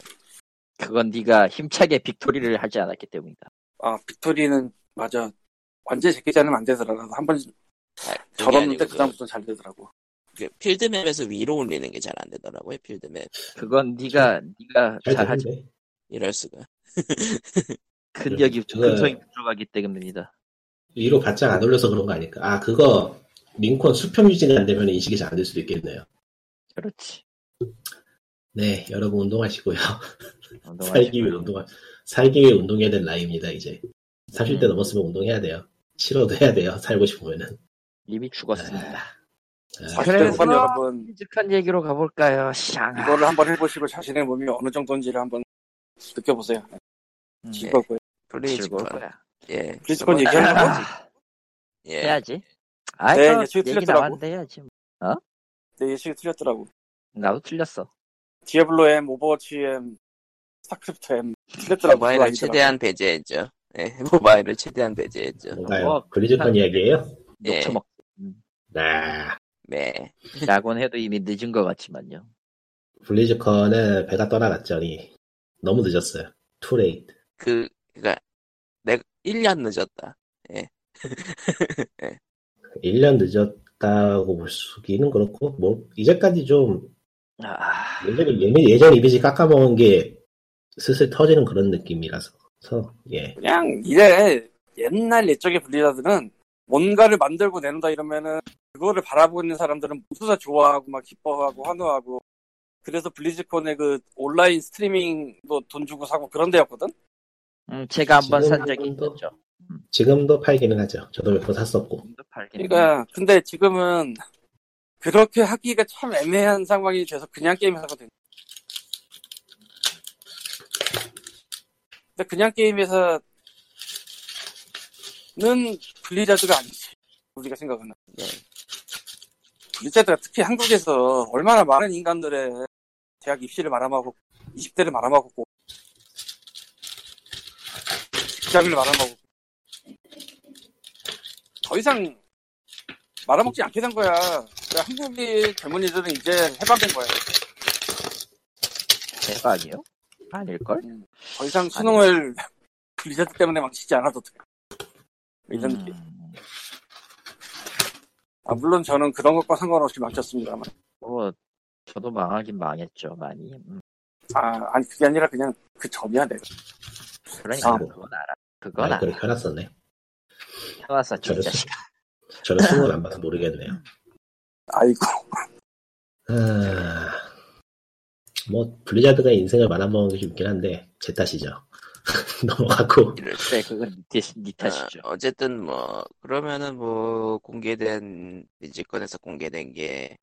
[SPEAKER 2] 그건 네가 힘차게 빅토리를 하지 않았기 때문이다.
[SPEAKER 3] 아, 빅토리는 맞아. 완전 제끼자는 안 되더라. 한번
[SPEAKER 1] 아, 그게
[SPEAKER 3] 절었는데
[SPEAKER 1] 아니고
[SPEAKER 3] 그다음부터 잘 되더라고.
[SPEAKER 1] 그 필드맵에서 위로 올리는 게 잘 안 되더라고요. 필드맵
[SPEAKER 2] 그건 네가 네가
[SPEAKER 4] 잘
[SPEAKER 2] 잘하지.
[SPEAKER 4] 되는데.
[SPEAKER 1] 이럴 수가.
[SPEAKER 2] 근력이
[SPEAKER 4] 저는-
[SPEAKER 2] 근성이 들어가기 때문입니다.
[SPEAKER 4] 위로 바짝 안 올려서 그런 거 아닐까? 아 그거 링컨 수평 유지가 안 되면 인식이 잘 안 될 수도 있겠네요.
[SPEAKER 2] 그렇지.
[SPEAKER 4] 네, 여러분 운동하시고요.
[SPEAKER 2] 운동하지.
[SPEAKER 4] 살기 위해 운동하 살기 위해 운동해야 될 나이입니다. 이제 30대
[SPEAKER 2] 음.
[SPEAKER 4] 넘었으면 운동해야 돼요. 싫어도 해야 돼요. 살고 싶으면은.
[SPEAKER 2] 이미 죽었습니다.
[SPEAKER 1] 네.
[SPEAKER 4] 아,
[SPEAKER 2] 그래서-
[SPEAKER 3] 40대 후반 여러분
[SPEAKER 2] 끔찍한 네. 얘기로 가볼까요? 샹.
[SPEAKER 3] 이거를 한번 해보시고
[SPEAKER 1] 네.
[SPEAKER 3] 자신의 몸이 어느 정도인지를 한번 느껴보세요.
[SPEAKER 2] 음,
[SPEAKER 1] 예.
[SPEAKER 3] 즐거고요.
[SPEAKER 2] 즐거울
[SPEAKER 1] 플레이즈건.
[SPEAKER 2] 거야.
[SPEAKER 1] 예.
[SPEAKER 3] 플레이즈건
[SPEAKER 1] 그거-
[SPEAKER 3] 얘기하는 거지?
[SPEAKER 1] 예.
[SPEAKER 2] 아, 해야지. 아,
[SPEAKER 3] 네,
[SPEAKER 2] 네,
[SPEAKER 3] 예측이
[SPEAKER 2] 얘기
[SPEAKER 3] 틀렸더라고.
[SPEAKER 2] 나왔는데 해야지. 뭐.
[SPEAKER 3] 내 네, 예측이 틀렸더라고.
[SPEAKER 2] 나도 틀렸어.
[SPEAKER 3] 디아블로 M, 오버워치 M, 스타크래프트 M 틀렸더라고. 그거
[SPEAKER 1] 모바일을
[SPEAKER 3] 아니더라고.
[SPEAKER 1] 최대한 배제했죠. 예. 모바일을 최대한 배제했죠.
[SPEAKER 4] 뭔가요?
[SPEAKER 2] 뭐,
[SPEAKER 4] 블리즈컨 이야기예요?
[SPEAKER 1] 예.
[SPEAKER 2] 녹초먹
[SPEAKER 4] 네.
[SPEAKER 1] 네.
[SPEAKER 2] 야곤 해도 이미 늦은 것 같지만요.
[SPEAKER 4] 블리즈컨은 배가 떠나갔죠. 이. 너무 늦었어요. 투레이.
[SPEAKER 1] 그 그러니까 내가 1년 늦었다. 아,
[SPEAKER 4] 1년 늦었다고 볼 수기는 그렇고 뭐 이제까지 좀
[SPEAKER 2] 아,
[SPEAKER 4] 예전, 예전- 예전 이미지 깎아먹은 게 슬슬 터지는 그런 느낌이라서 그래서, 예
[SPEAKER 3] 그냥 이래 옛날 예적의 블리자드는 뭔가를 만들고 내놓다 이러면은 그거를 바라보고 있는 사람들은 모두 다 좋아하고 막 기뻐하고 환호하고 그래서 블리즈콘의 그 온라인 스트리밍도 돈 주고 사고 그런 데였거든?
[SPEAKER 2] 음, 제가 한번 산 적이
[SPEAKER 4] 지금도-
[SPEAKER 2] 있었죠.
[SPEAKER 4] 지금도 팔기는 하죠 저도 몇 번 샀었고
[SPEAKER 2] 돈도 팔긴 했는데.
[SPEAKER 3] 그러니까 근데 지금은 그렇게 하기가 참 애매한 상황이 돼서 그냥 게임을 하거든. 근데 그냥 게임에서는 블리자드가 아니지. 우리가 생각하는.
[SPEAKER 1] 네.
[SPEAKER 3] 블리자드가 특히 한국에서 얼마나 많은 인간들의 대학 입시를 말아먹고, 20대를 말아먹고, 직장을 말아먹고, 더 이상 말아먹지 않게 된 거야. 그러니까 한국의 젊은이들은 이제 해방된 거야.
[SPEAKER 2] 대박이요? 아닐걸?
[SPEAKER 3] 음, 더 이상 수능을 블리자드 때문에 망치지 않아도 돼. 이런 느낌.
[SPEAKER 2] 음,
[SPEAKER 3] 아, 물론 저는 그런 것과 상관없이 망쳤습니다만.
[SPEAKER 2] 뭐, 저도 망하긴 망했죠, 많이. 음,
[SPEAKER 3] 아, 아니, 그게 아니라 그냥 그 점이야, 내가.
[SPEAKER 2] 그러니까,
[SPEAKER 4] 아이고.
[SPEAKER 2] 그건 알아. 그건 알아.
[SPEAKER 4] 마이크를 펴놨었네
[SPEAKER 2] 해왔어,
[SPEAKER 4] 저는
[SPEAKER 2] 진짜.
[SPEAKER 4] 저는 수능을 안 봐서 모르겠네요
[SPEAKER 3] 아이고.
[SPEAKER 4] 아, 뭐 블리자드가 인생을 말아먹은 게 좀 있긴 한데 제 탓이죠 넘어가고
[SPEAKER 2] 네, 그건 니 탓-
[SPEAKER 4] 아.
[SPEAKER 2] 니 탓이죠.
[SPEAKER 1] 어, 쨌든뭐 그러면은 뭐 공개된 뮤직권에서 공개된 게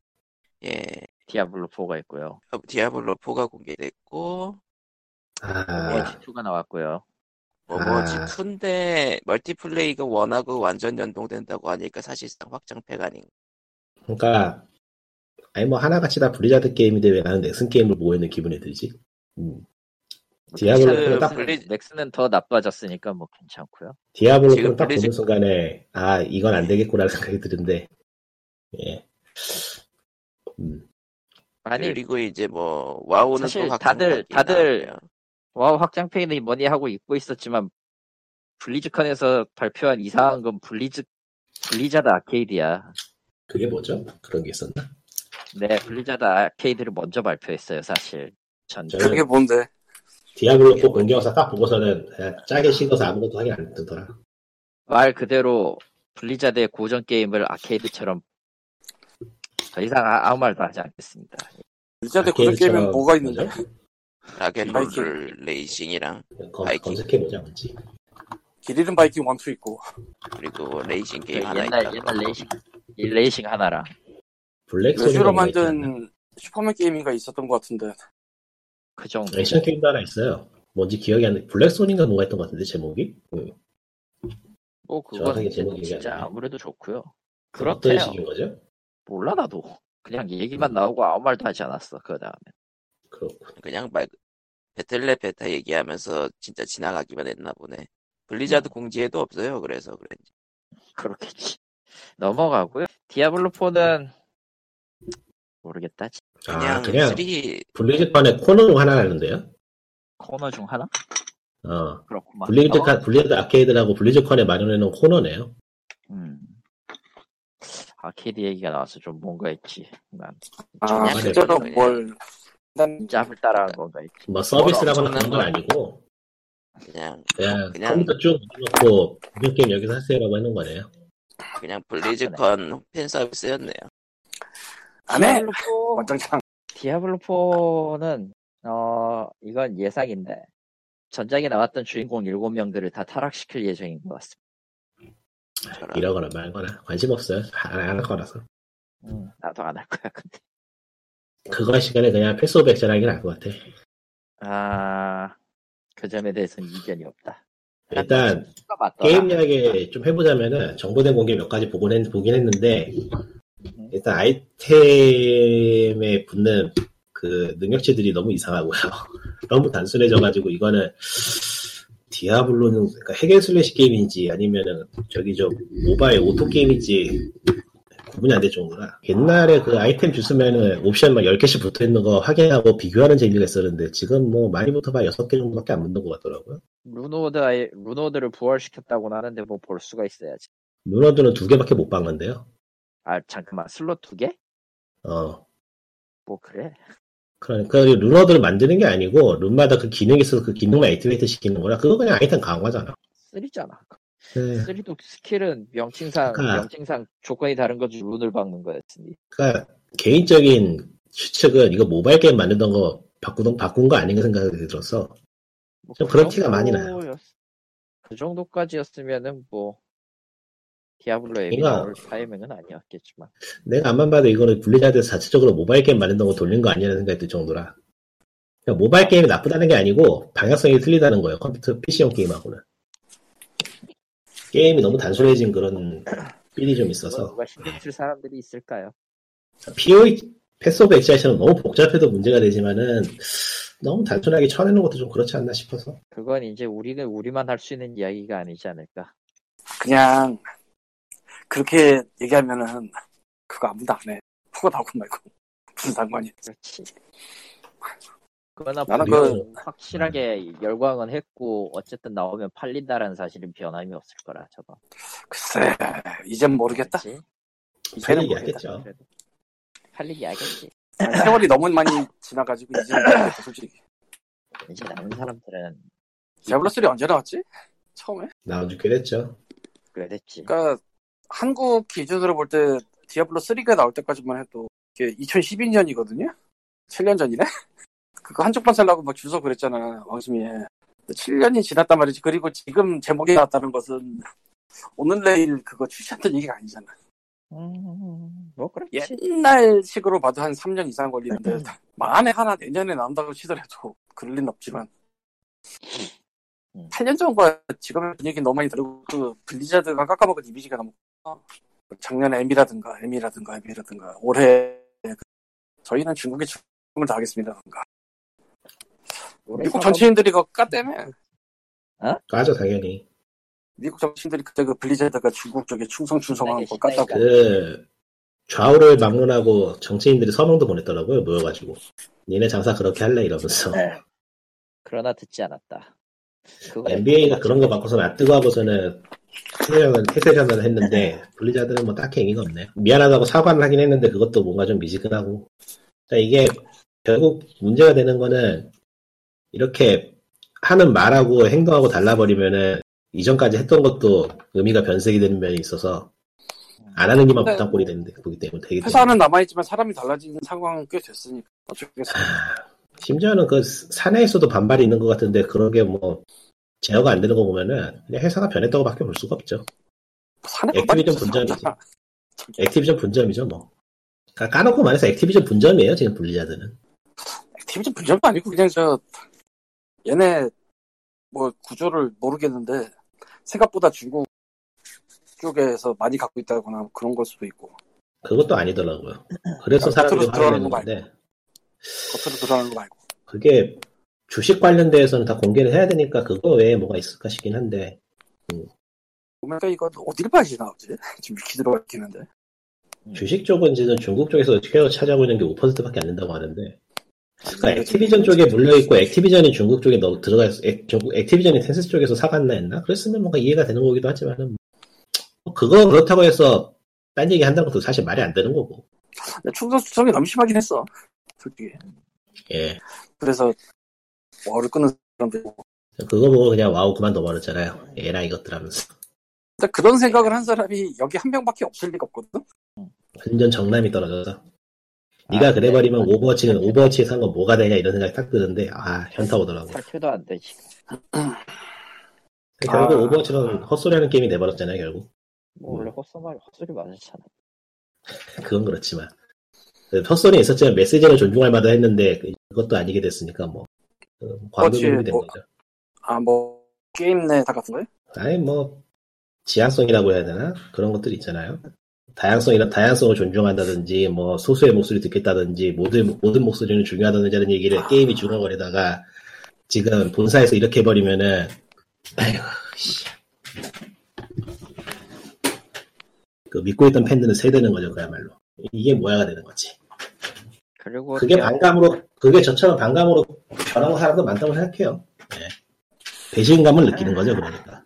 [SPEAKER 1] 예.
[SPEAKER 2] 디아블로 4가 있고요.
[SPEAKER 1] 디아블로 4가 공개됐고
[SPEAKER 4] 아,
[SPEAKER 2] 워치 2가 뭐 나왔고요. 뭐
[SPEAKER 1] 오버워치
[SPEAKER 4] 아.
[SPEAKER 1] 2인데 뭐, 멀티플레이가 원하고 완전 연동된다고 하니까 사실상 확장팩 아닌
[SPEAKER 4] 그러니까 아니 뭐 하나같이 다 블리자드 게임인데 왜 나는 넥슨 게임을 보고 있는 기분이 들지 음. 디아블로
[SPEAKER 1] 그
[SPEAKER 4] 그냥 딱
[SPEAKER 1] 블리-
[SPEAKER 2] 넥슨은 더 나빠졌으니까 뭐 괜찮고요.
[SPEAKER 4] 디아블로
[SPEAKER 1] 지금
[SPEAKER 4] 지딱
[SPEAKER 1] 블리즈-
[SPEAKER 4] 보는 순간에 아 이건 안 되겠구나 생각이 드는데 예 음,
[SPEAKER 2] 아니
[SPEAKER 4] 네.
[SPEAKER 1] 그리고 이제 뭐 와우는
[SPEAKER 2] 네. 사실
[SPEAKER 1] 또
[SPEAKER 2] 다들-
[SPEAKER 1] 확장팩이
[SPEAKER 2] 다들
[SPEAKER 1] 나왔고요.
[SPEAKER 2] 와우 확장팩이 뭐니 하고 입고 있었지만 블리즈컨에서 발표한 이상한 건 블리즈 블리자드 아케이드야.
[SPEAKER 4] 그게 뭐죠? 그런 게 있었나?
[SPEAKER 2] 네, 블리자드 아케이드를 먼저 발표했어요, 사실. 전
[SPEAKER 4] 저는-
[SPEAKER 3] 그게 뭔데?
[SPEAKER 4] 디아블로 4 공개영상 딱 보고서는 그냥 짜게 식어서 아무것도 하긴 안 되더라.
[SPEAKER 2] 말 그대로 블리자드의 고전 게임을 아케이드처럼 더 이상 아- 아무 말도 하지 않겠습니다.
[SPEAKER 3] 유자대 고전 아, 게임은 뭐가 있는데?
[SPEAKER 1] 락앤롤 레이싱이랑 바이킹.
[SPEAKER 4] 네, 검색해보자, 뭔지.
[SPEAKER 3] 길 잃은 바이킹 1, 2 있고
[SPEAKER 1] 그리고 레이싱
[SPEAKER 2] 그
[SPEAKER 1] 게임 예, 하나
[SPEAKER 2] 옛날
[SPEAKER 1] 있다.
[SPEAKER 2] 옛날 레이싱 이 레이싱 하나랑
[SPEAKER 4] 블랙 소리.
[SPEAKER 3] 요즈로 그 만든 슈퍼맨 게임인가 있었던 것 같은데
[SPEAKER 2] 그 정도.
[SPEAKER 4] 액션 게임도 하나 있어요. 뭔지 기억이 안 나. 블랙 소니인가 뭐가 했던 것 같은데 제목이? 음, 응.
[SPEAKER 2] 뭐 그거는
[SPEAKER 4] 정확하게
[SPEAKER 2] 이제
[SPEAKER 4] 제목이
[SPEAKER 2] 진짜
[SPEAKER 4] 얘기하네.
[SPEAKER 2] 아무래도 좋고요.
[SPEAKER 4] 어떤 음.
[SPEAKER 2] 그렇대요.
[SPEAKER 4] 식인 거죠?
[SPEAKER 2] 몰라 나도 그냥 얘기만 나오고 아무 말도 하지 않았어 그 다음에.
[SPEAKER 4] 그렇고.
[SPEAKER 1] 그냥 말 배틀넷 베타 얘기하면서 진짜 지나가기만 했나 보네.
[SPEAKER 2] 음.
[SPEAKER 1] 블리자드 공지에도 없어요. 그래서 그런지.
[SPEAKER 2] 그렇겠지. 넘어가고요. 디아블로 4는 모르겠다.
[SPEAKER 1] 그냥,
[SPEAKER 4] 아, 그냥
[SPEAKER 1] 3
[SPEAKER 4] 블리즈판에 코너 하나 나는데요?
[SPEAKER 2] 코너 중 하나?
[SPEAKER 4] 어.
[SPEAKER 2] 그렇구만.
[SPEAKER 4] 블리드,
[SPEAKER 2] 넘어가-
[SPEAKER 4] 카, 블리드 아케이드라고 블리즈컨에 마련해놓은 코너네요.
[SPEAKER 2] 음. 아케이드 얘기가 나와서 좀 뭔가 있지. 난
[SPEAKER 3] 아
[SPEAKER 1] 그냥
[SPEAKER 3] 실제로
[SPEAKER 1] 그냥.
[SPEAKER 3] 뭘 난,
[SPEAKER 2] 짭을 따라한 뭔가 있지.
[SPEAKER 4] 뭐 서비스라고는
[SPEAKER 1] 엄청난
[SPEAKER 4] 그런 건 아니고
[SPEAKER 1] 그냥
[SPEAKER 4] 그냥,
[SPEAKER 1] 그냥-
[SPEAKER 4] 컴퓨터 쭉 넣고 비디오 게임 여기서 하세요라고 해놓은 거네요.
[SPEAKER 1] 그냥 블리즈컨 팬 서비스였네요. 네.
[SPEAKER 3] 안에
[SPEAKER 2] 디아블로 4
[SPEAKER 3] 완전창
[SPEAKER 2] 디아블로 4는 어 이건 예상인데 전작에 나왔던 주인공 7명들을 다 타락시킬 예정인 것 같습니다.
[SPEAKER 1] 저런.
[SPEAKER 4] 이러거나 말거나 관심 없어요. 안 할 거라서.
[SPEAKER 2] 음, 나도 안 할 거야. 근데
[SPEAKER 4] 그거 할 시간에 그냥 패스 오브 액션 하긴 할것 같아.
[SPEAKER 2] 아그 점에 대해서는 이견이 없다.
[SPEAKER 4] 일단
[SPEAKER 2] 수가 맞더라.
[SPEAKER 4] 게임 이야기 좀 해보자면은 정보된 공개 몇 가지 보긴, 했, 보긴 했는데 일단 아이템에 붙는 그 능력치들이 너무 이상하고요. 너무 단순해져가지고 이거는 디아블로는 그러니까 해겔 슬래시 게임인지 아니면은 저기 저 모바일 오토 게임인지 구분이 안 될 정도라 옛날에 그 아이템 주스면은 옵션 막 10개씩 붙어있는 거 확인하고 비교하는 재미가 있었는데 지금 뭐 많이 붙어봐야 6개 정도밖에 안 붙는 것 같더라고요
[SPEAKER 2] 루노드 아예 루노드를 부활시켰다고는 하는데 뭐 볼 수가 있어야지.
[SPEAKER 4] 루너드는 2개밖에 못 박는데요
[SPEAKER 2] 아 잠깐만 슬롯 두 개?
[SPEAKER 4] 어
[SPEAKER 2] 뭐 그래?
[SPEAKER 4] 그러니까 이 루너들을 만드는 게 아니고 룸마다 그 기능이 있어서 그 기능을 액티베이트 시키는 거라 그거 그냥 아이템 강화잖아.
[SPEAKER 2] 쓰리잖아.
[SPEAKER 4] 네.
[SPEAKER 2] 쓰리도 스킬은 명칭상
[SPEAKER 4] 그러니까-
[SPEAKER 2] 명칭상 조건이 다른 거지 룬을 박는 거였으니.
[SPEAKER 4] 그러니까 개인적인 추측은 이거 모바일 게임 만드던 거 바꾸던 바꾼 거 아닌가 생각이 들었어.
[SPEAKER 2] 뭐
[SPEAKER 4] 좀
[SPEAKER 2] 그
[SPEAKER 4] 그런 티가 많이 나요.
[SPEAKER 2] 정도였- 그 정도까지였으면은 뭐 디아블로 앱이
[SPEAKER 4] 그러니까-
[SPEAKER 2] 나올 타이밍은 아니었겠지만
[SPEAKER 4] 내가 안만 봐도 이거는 블리자드 자체적으로 모바일 게임 만든다고 돌린 거 아니라는 생각이 들 정도라. 그러니까 모바일 게임이 나쁘다는 게 아니고 방향성이 틀리다는 거예요. 컴퓨터 PC용 게임하고는. 게임이 너무 단순해진 그런 삘이 좀
[SPEAKER 2] 그건
[SPEAKER 4] 있어서
[SPEAKER 2] 누가 신경 쓸 사람들이 있을까요?
[SPEAKER 4] POE 패스 오브 엑시아처럼 너무 복잡해도 문제가 되지만은 너무 단순하게 쳐내는 것도 좀 그렇지 않나 싶어서
[SPEAKER 2] 그건 이제 우리는 우리만 할 수 있는 이야기가 아니지 않을까.
[SPEAKER 3] 그냥 그렇게 얘기하면은 그거 아무도 안해 후가 나오고 말고 무슨 상관이
[SPEAKER 2] 그렇지. 그러나
[SPEAKER 3] 나는
[SPEAKER 2] 분명히 확실하게
[SPEAKER 4] 음.
[SPEAKER 2] 열광은 했고 어쨌든 나오면 팔린다라는 사실은 변함이 없을 거라 저거.
[SPEAKER 3] 글쎄 이젠 모르겠다
[SPEAKER 2] 그렇지?
[SPEAKER 3] 이제는
[SPEAKER 4] 살리기
[SPEAKER 3] 모르겠다
[SPEAKER 4] 하겠죠.
[SPEAKER 2] 그래도. 팔리기 알겠지.
[SPEAKER 3] 아니, 세월이 너무 많이 지나가지고 이제는 모르겠다, 솔직히
[SPEAKER 2] 이제 남은 사람들은
[SPEAKER 3] 제블로 3 언제 나왔지? 처음에?
[SPEAKER 4] 나와주 꽤 됐죠.
[SPEAKER 2] 그랬지.
[SPEAKER 3] 그러니까 한국 기준으로 볼 때 디아블로 3가 나올 때까지만 해도 이게 2012년이거든요. 7년 전이네. 그거 한쪽만 살라고 막 주소 그랬잖아 왕심이에. 7년이 지났단 말이지. 그리고 지금 제목이 나왔다는 것은 오늘 내일 그거 출시한다는 얘기가 아니잖아.
[SPEAKER 2] 음, 뭐 그렇지.
[SPEAKER 4] 예.
[SPEAKER 3] 예, 옛날식으로 봐도 한 3년 이상 걸리는데
[SPEAKER 4] 네.
[SPEAKER 3] 만에 하나 내년에 나온다고 치더라도 그럴 리는 없지만
[SPEAKER 2] 음.
[SPEAKER 3] 8년 전과 지금의 분위기 너무 많이 다르고 그 블리자드가 깎아먹은 이미지가 너무 커. 작년에 에미라든가 에미라든가 에미라든가 올해 그- 저희는 중국에 죽음을 다하겠습니다 가
[SPEAKER 4] 네,
[SPEAKER 3] 미국 정치인들이 그거 까 때문에
[SPEAKER 4] 까죠 당연히.
[SPEAKER 3] 미국 정치인들이 그때 그 블리자드가 중국 쪽에
[SPEAKER 4] 네,
[SPEAKER 3] 충성충성한 거
[SPEAKER 2] 신나게
[SPEAKER 3] 깠다고
[SPEAKER 4] 그 좌우를 막론하고 정치인들이 서명도 보냈더라고요 모여가지고. 니네 장사 그렇게 할래 이러면서
[SPEAKER 2] 그러나 듣지 않았다. 그거
[SPEAKER 4] NBA가 아, 그런 거 받고서 안 뜨고 하고서는 퇴장은 퇴퇴전을 했는데 블리자드는 뭐 딱히 행위가 없네. 미안하다고 사과를 하긴 했는데 그것도 뭔가 좀 미지근하고. 그러니까 이게 결국 문제가 되는 거는 이렇게 하는 말하고 행동하고 달라버리면은 이전까지 했던 것도 의미가 변색이 되는 면이 있어서 안 하는 게만
[SPEAKER 3] 네.
[SPEAKER 4] 부담 꼴이 되는데 거기 때문에 되기 때문에
[SPEAKER 3] 회사는 남아있지만 사람이 달라지는 상황은 꽤 됐으니까
[SPEAKER 4] 네.
[SPEAKER 3] 어쩌겠어
[SPEAKER 4] 심지어는 그 사내에서도 반발이 있는 것 같은데 그런 게 뭐 제어가 안 되는 거 보면은 그냥 회사가 변했다고밖에 볼 수가 없죠.
[SPEAKER 3] 사내 반발이
[SPEAKER 4] 액티비전 분점이지.
[SPEAKER 3] 있었나? 저기
[SPEAKER 4] 액티비전 분점이죠 뭐. 까- 까놓고 말해서 액티비전 분점이에요 지금 분리자들은.
[SPEAKER 3] 액티비전 분점도 아니고 그냥 저 얘네 뭐 구조를 모르겠는데 생각보다 중국 쪽에서 많이 갖고 있다거나 그런 걸 수도 있고
[SPEAKER 4] 그것도 아니더라고요. 그래서
[SPEAKER 3] 아,
[SPEAKER 4] 사람들이
[SPEAKER 3] 겉으로 들어가는 거
[SPEAKER 4] 화내는데
[SPEAKER 3] 겉으로 드러나는 거 말고
[SPEAKER 4] 그게 주식 관련돼서는 다 공개를 해야 되니까 그거 외에 뭐가 있을까 싶긴 한데
[SPEAKER 3] 보니까 그러니까 이거 어딜 봐야지 나오지 지금 위키드로 밝히는데
[SPEAKER 4] 주식 쪽은 지금 중국 쪽에서 최고 차지하고 있는 게 5%밖에 안 된다고 하는데
[SPEAKER 3] 네.
[SPEAKER 4] 그러니까 액티비전 쪽에 물려있고 액티비전이 중국 쪽에 넣, 들어가 있, 액, 중- 액티비전이 텐스 쪽에서 사갔나 했나? 그랬으면 뭔가 이해가 되는 거기도 하지만 그거 그렇다고 해서 딴 얘기 한다는 것도 사실 말이 안 되는 거고
[SPEAKER 3] 근데 네, 충성 수성이 너무 심하긴 했어 솔직히
[SPEAKER 4] 예
[SPEAKER 3] 그래서 월을 끄는 사람들 고
[SPEAKER 4] 그거 보고 그냥 와우 그만 넘어졌잖아요 에라 이것들 하면서
[SPEAKER 3] 근데 그런 생각을 한 사람이 여기 한 명밖에 없을 리가 없거든
[SPEAKER 4] 완전 정남이 떨어져서 네가 그래버리면 오버워치는 오버워치에서 한 건 뭐가 되냐 이런 생각이 딱 드는데 아 현타 오더라고
[SPEAKER 2] 탈표도 안 되지.
[SPEAKER 4] 결국
[SPEAKER 3] 아.
[SPEAKER 4] 오버워치는 헛소리하는 게임이 돼버렸잖아요 결국
[SPEAKER 2] 뭐
[SPEAKER 4] 음.
[SPEAKER 2] 원래 헛소말 헛소리 많았잖아.
[SPEAKER 4] 그건 그렇지만 그 헛소리 있었지만 메시지는 존중할 만도 했는데 그것도 아니게 됐으니까 뭐 어, 광고용이 된
[SPEAKER 3] 뭐.
[SPEAKER 4] 거죠
[SPEAKER 3] 아 뭐 게임 내 다 같은 거예요?
[SPEAKER 4] 아니 뭐 지향성이라고 해야 되나 그런 것들이 있잖아요 다양성이나 다양성을 존중한다든지 뭐 소수의 목소리 듣겠다든지 모든 모든 목소리는 중요하다든지 하는 얘기를 게임이 중얼거리다가 지금 본사에서 이렇게 해버리면은 아이고 씨. 그 믿고 있던 팬들은 세대는 거죠 그야말로 이게 뭐야가 되는 거지
[SPEAKER 2] 그리고
[SPEAKER 4] 그게
[SPEAKER 1] 그렇죠.
[SPEAKER 2] 대학-
[SPEAKER 4] 반감으로 그게 저처럼 반감으로 변하는 사람도 많다고 생각해요. 예. 배신감을 느끼는 거죠, 그러니까.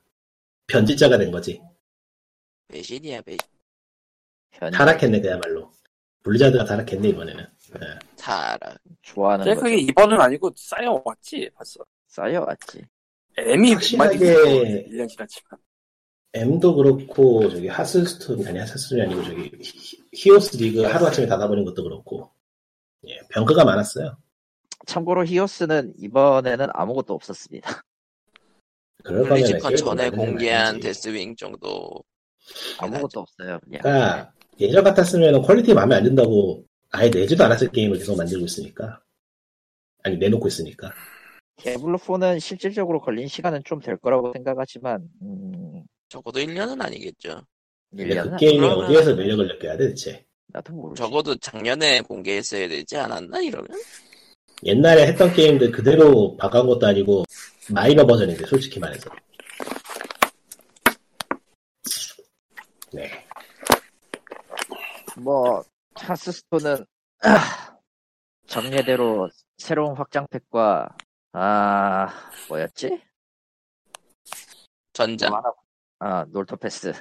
[SPEAKER 4] 변질자가 된 거지.
[SPEAKER 1] 배신이야 배신
[SPEAKER 2] 현-
[SPEAKER 4] 타락했네, 그야말로. 분리자드가 타락했네, 이번에는.
[SPEAKER 1] 타락
[SPEAKER 2] 좋아하는
[SPEAKER 3] 근데
[SPEAKER 2] 거
[SPEAKER 3] 그게 이번은 아니고 쌓여왔지 벌써
[SPEAKER 2] 쌓여왔지.
[SPEAKER 3] 애미
[SPEAKER 4] 확실하게-
[SPEAKER 3] 1년 지났지만
[SPEAKER 4] M도 그렇고, 저기, 하스스톤, 아니, 하스스톤이 아니고, 저기, 히- 히오스 리그 하루아침에 닫아버린 것도 그렇고, 예, 병크가 많았어요.
[SPEAKER 2] 참고로 히오스는 이번에는 아무것도 없었습니다.
[SPEAKER 4] 그럴 거면
[SPEAKER 1] 플리즈컨
[SPEAKER 4] 애초에
[SPEAKER 1] 전에
[SPEAKER 4] 그만하는 게
[SPEAKER 1] 공개한
[SPEAKER 4] 낫지.
[SPEAKER 1] 데스윙 정도
[SPEAKER 2] 아무것도 없어요. 그냥.
[SPEAKER 4] 그러니까, 예전 같았으면 퀄리티 마음에 안 든다고 아예 내지도 않았을 게임을 계속 만들고 있으니까. 아니, 내놓고 있으니까.
[SPEAKER 2] 디아블로 4는 실질적으로 걸린 시간은 좀 될 거라고 생각하지만 음,
[SPEAKER 1] 적어도 1년은 아니겠죠
[SPEAKER 2] 1년은
[SPEAKER 4] 그 게임이
[SPEAKER 1] 그러면-
[SPEAKER 4] 어디에서 매력을 느껴야 돼 대체?
[SPEAKER 2] 나도 모르지.
[SPEAKER 1] 적어도 작년에 공개했어야 되지 않았나 이러면
[SPEAKER 4] 옛날에 했던 게임들 그대로 바꾼 것도 아니고 마이너 버전인데 솔직히 말해서. 네.
[SPEAKER 2] 뭐 하스스톤은 정례대로 새로운 확장팩과 아 뭐였지?
[SPEAKER 1] 전장
[SPEAKER 2] 하나- 아 놀토 패스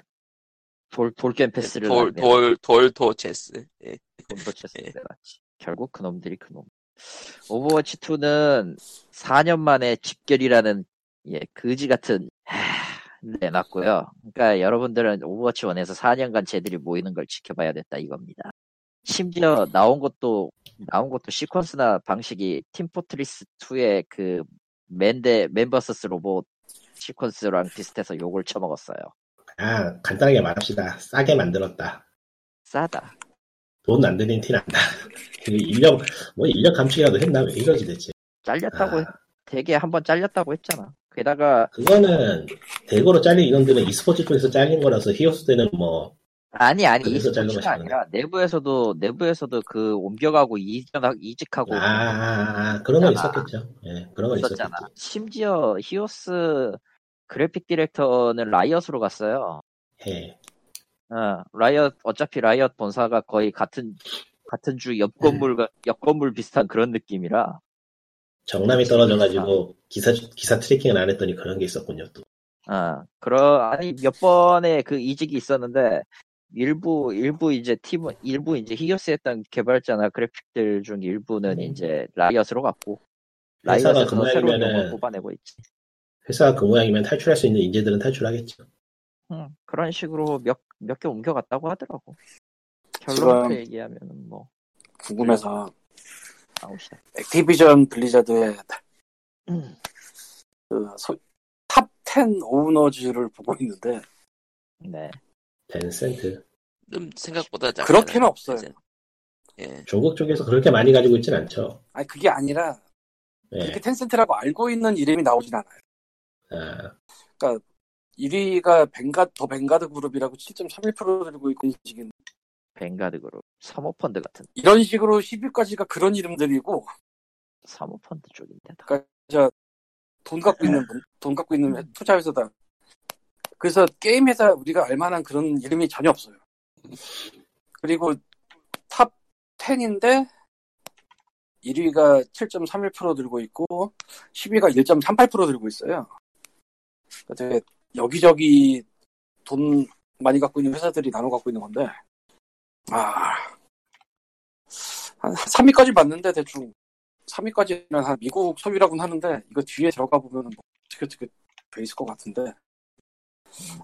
[SPEAKER 2] 돌 돌겜 패스를
[SPEAKER 1] 돌
[SPEAKER 2] 내놨네.
[SPEAKER 1] 돌 돌토 체스 예.
[SPEAKER 2] 돈도 쳤을
[SPEAKER 1] 예.
[SPEAKER 2] 때 맞지. 결국 그놈들이 그놈. 오버워치 2는 4년 만에 집결이라는 예 거지 같은 하, 내놨고요. 그러니까 여러분들은 오버워치 1에서 4년간 쟤들이 모이는 걸 지켜봐야 됐다 이겁니다. 심지어 나온 것도 나온 것도 시퀀스나 방식이 팀포트리스 2의 그 맨데 멤버서스 로봇 시퀀스랑 비슷해서 욕을 쳐먹었어요.
[SPEAKER 4] 아 간단하게 말합시다. 싸게 만들었다.
[SPEAKER 2] 싸다.
[SPEAKER 4] 돈 안 드는 티 난다. 그 인력 뭐 인력 감축이라도 했나 왜 이러지 대체?
[SPEAKER 2] 잘렸다고
[SPEAKER 4] 아.
[SPEAKER 2] 했- 되게 한번 잘렸다고 했잖아. 게다가
[SPEAKER 4] 그거는 대거로 잘린 인원들은 e스포츠 쪽에서 잘린 거라서 히오스 때는 뭐
[SPEAKER 2] 아니 아니 이
[SPEAKER 4] 그래서
[SPEAKER 2] 스포츠가
[SPEAKER 4] 잘라가시는 거네.
[SPEAKER 2] 아니라 내부에서도 내부에서도 그 옮겨가고 이전하, 이직하고
[SPEAKER 4] 아, 아, 아, 그런 건 있었겠죠. 예, 그런 건
[SPEAKER 2] 있었잖아.
[SPEAKER 4] 있었겠지.
[SPEAKER 2] 심지어 히오스 그래픽 디렉터는 라이엇으로 갔어요.
[SPEAKER 4] 예.
[SPEAKER 2] 어, 라이엇 어차피 라이엇 본사가 거의 같은 같은 주 옆
[SPEAKER 4] 네.
[SPEAKER 2] 건물과 옆 건물 비슷한 그런 느낌이라
[SPEAKER 4] 정남이 떨어져가지고 기사 기사 트래킹을 안 했더니 그런 게 있었군요 또.
[SPEAKER 2] 어, 그러 아니 몇 번의 그 이직이 있었는데 일부 일부 이제 팀 일부 이제 히오스 했던 개발자나 그래픽들 중 일부는
[SPEAKER 4] 음.
[SPEAKER 2] 이제 라이엇으로 갔고
[SPEAKER 4] 회사가
[SPEAKER 2] 라이엇에서 새로운
[SPEAKER 4] 그만이면은-
[SPEAKER 2] 용어 뽑아내고 있지.
[SPEAKER 4] 회사가 그 모양이면 탈출할 수 있는 인재들은 탈출하겠죠.
[SPEAKER 2] 응, 음, 그런 식으로 몇 몇 개 옮겨갔다고 하더라고.
[SPEAKER 3] 지금-
[SPEAKER 2] 결론부터 얘기하면 뭐
[SPEAKER 3] 궁금해서
[SPEAKER 4] 네.
[SPEAKER 2] 아웃이다.
[SPEAKER 3] 액티비전 블리자드의 그
[SPEAKER 2] 음.
[SPEAKER 3] 그탑10 오너즈를 보고 있는데
[SPEAKER 2] 네,
[SPEAKER 4] 벤센트.
[SPEAKER 1] 좀 생각보다 작잖아요.
[SPEAKER 3] 그렇게는 없어요.
[SPEAKER 1] 이제. 예.
[SPEAKER 4] 중국 쪽에서 그렇게 많이 가지고 있진 않죠.
[SPEAKER 3] 아니 그게 아니라
[SPEAKER 4] 예.
[SPEAKER 3] 그렇게 텐센트라고 알고 있는 이름이 나오진 않아요. 그러니까
[SPEAKER 4] 아,
[SPEAKER 3] 1위가 벵가드 더 벵가드 그룹이라고 7.31% 들고 있고 지금
[SPEAKER 2] 벵가드 그룹, 사모펀드 같은
[SPEAKER 3] 이런 식으로 10위까지가 그런 이름들이고
[SPEAKER 2] 사모펀드 쪽인데 다.
[SPEAKER 3] 그러니까 저 돈 갖고 있는 분- 돈 갖고 있는 투자 회사다. 그래서 게임 회사 우리가 알만한 그런 이름이 전혀 없어요. 그리고 탑 10인데 1위가 7.31% 들고 있고 10위가 1.38% 들고 있어요. 그러니까 되게 여기저기 돈 많이 갖고 있는 회사들이 나눠 갖고 있는 건데 아한 3위까지 봤는데 대충 3위까지는 한 미국 소유라고는 하는데 이거 뒤에 들어가 보면 뭐 어떻게 어떻게 돼 있을 것 같은데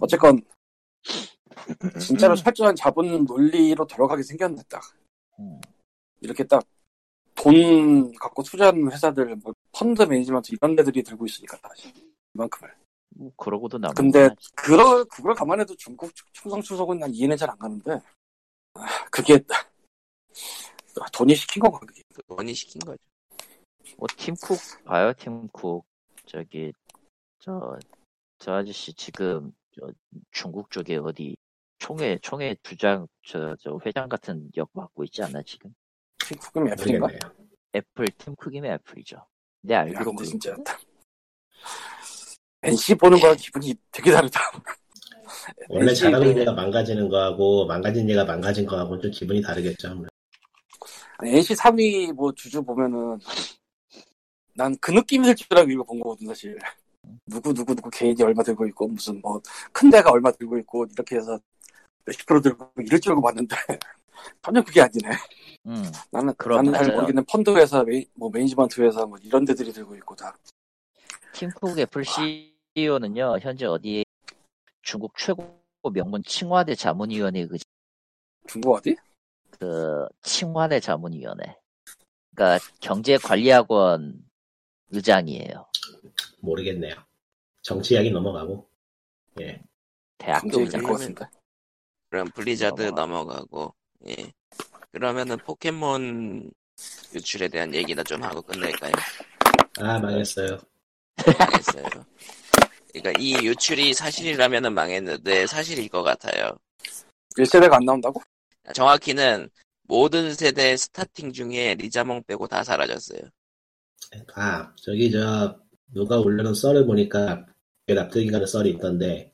[SPEAKER 3] 어쨌건 진짜로 철저한 자본 논리로 들어가게 생겼네 딱
[SPEAKER 2] 음.
[SPEAKER 3] 이렇게 딱 돈 갖고 투자하는 회사들 뭐 펀드 매니지먼트 이런 데들이 들고 있으니까 다시 이만큼을
[SPEAKER 2] 뭐 그러고도 남은.
[SPEAKER 3] 근데
[SPEAKER 2] 거야.
[SPEAKER 3] 그러 그걸 감안해도 중국 충성 추석은 난 이해는 잘 안 가는데 아, 그게 돈이 시킨 건가 그게
[SPEAKER 1] 그 원이 시킨 거죠.
[SPEAKER 2] 뭐 팀쿡 봐요, 팀쿡 저기 저 저 아저씨 지금 저 중국 쪽에 어디 총회 총회 주장 저 저 회장 같은 역 맡고 있지 않나 지금?
[SPEAKER 3] 국금 애플인가?
[SPEAKER 4] 모르겠네요.
[SPEAKER 2] 애플 팀쿡이면 애플이죠. 내
[SPEAKER 3] 야,
[SPEAKER 2] 알기로 그-
[SPEAKER 3] 근데 진짜 NC 보는 거랑 기분이 되게 다르다.
[SPEAKER 4] 원래
[SPEAKER 3] NC
[SPEAKER 4] 잘하고 있는
[SPEAKER 3] 그-
[SPEAKER 4] 애가 망가지는 거하고 망가진 애가 망가진 거하고 좀 기분이 다르겠죠. 아무래도.
[SPEAKER 3] 아니, NC 3위 뭐 주주 보면은 난 그 느낌이 들 줄알고 이거 본 거거든 사실. 누구 누구 누구 개인이 얼마 들고 있고 무슨 뭐 큰 데가 얼마 들고 있고 이렇게 해서 몇십 프로 들고 이럴 줄 알고 봤는데 전혀 그게 아니네.
[SPEAKER 2] 음,
[SPEAKER 3] 나는
[SPEAKER 2] 그럼
[SPEAKER 3] 나는 잘
[SPEAKER 2] 맞아요.
[SPEAKER 3] 모르겠는 펀드 회사, 메이, 뭐 매니지먼트 회사 뭐 이런 데들이 들고 있고 다.
[SPEAKER 2] 팀쿡 애플 CEO는요 현재 어디 중국 최고 명문 칭화대 자문위원회 그,
[SPEAKER 3] 중국 어디?
[SPEAKER 2] 그 칭화대 자문위원회 그러니까 경제관리학원 의장이에요
[SPEAKER 4] 모르겠네요. 정치 이야기 넘어가고. 예.
[SPEAKER 2] 대학교
[SPEAKER 3] 경제
[SPEAKER 2] 의장
[SPEAKER 3] 것 같은데.
[SPEAKER 1] 그럼 블리자드
[SPEAKER 2] 넘어가.
[SPEAKER 1] 넘어가고 예. 그러면은 포켓몬 유출에 대한 얘기나 좀 하고 끝낼까요?
[SPEAKER 4] 아, 망했어요.
[SPEAKER 1] 알겠어요. 그러니까 이 유출이 사실이라면은 망했는데 사실일 것 같아요.
[SPEAKER 3] 1세대가 안 나온다고?
[SPEAKER 1] 정확히는 모든 세대 스타팅 중에 리자몽 빼고 다 사라졌어요.
[SPEAKER 4] 아, 저기 저 누가 올려놓은 썰을 보니까 꽤 납득이가는 썰이 있던데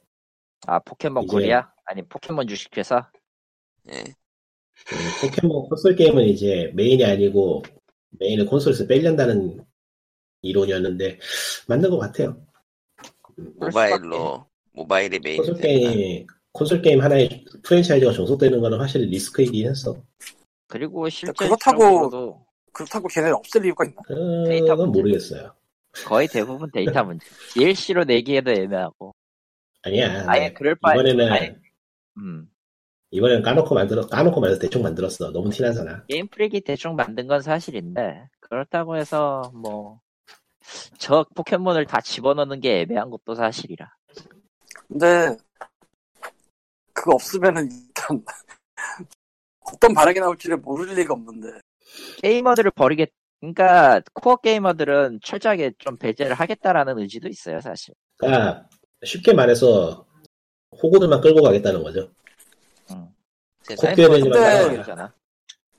[SPEAKER 2] 아 포켓몬
[SPEAKER 4] 이제-
[SPEAKER 2] 코리아? 아니 포켓몬 주식회사?
[SPEAKER 1] 예.
[SPEAKER 4] 예, 포켓몬 콘솔 게임은 이제 메인이 아니고 메인을 콘솔에서 빼려다는 이론이었는데 맞는 것 같아요.
[SPEAKER 1] 모바일로 모바일이
[SPEAKER 4] 콘솔
[SPEAKER 1] 메인이니까
[SPEAKER 4] 게임 콘솔 게임 하나의 프랜차이즈가 종속되는 거는 확실히 리스크이긴 했어.
[SPEAKER 2] 그리고 실제
[SPEAKER 3] 그렇다고- 그렇다고 걔네를 없앨 이유가 있나?
[SPEAKER 2] 데이터
[SPEAKER 4] 그건
[SPEAKER 2] 문제.
[SPEAKER 4] 모르겠어요.
[SPEAKER 2] 거의 대부분 데이터 문제 DLC로 내기에도 애매하고
[SPEAKER 4] 아니야.
[SPEAKER 2] 아예 그럴 바에
[SPEAKER 4] 네, 이번에는
[SPEAKER 2] 아예- 음,
[SPEAKER 4] 이번에는 까놓고 만들어 까놓고 만들어 대충 만들었어. 너무 티나잖아.
[SPEAKER 2] 게임 프릭이 대충 만든 건 사실인데 그렇다고 해서 뭐 저 포켓몬을 다 집어넣는 게 애매한 것도 사실이라
[SPEAKER 3] 근데 그거 없으면은 일단 어떤 반응이 나올지를 모를 리가 없는데
[SPEAKER 2] 게이머들을 버리겠 그러니까 코어 게이머들은 철저하게 좀 배제를 하겠다라는 의지도 있어요 사실
[SPEAKER 4] 그러니까 쉽게 말해서 호구들만 끌고 가겠다는 거죠.
[SPEAKER 1] 세상에
[SPEAKER 4] 코끼리
[SPEAKER 3] 네.
[SPEAKER 4] 되지
[SPEAKER 2] 근데-
[SPEAKER 4] 말라.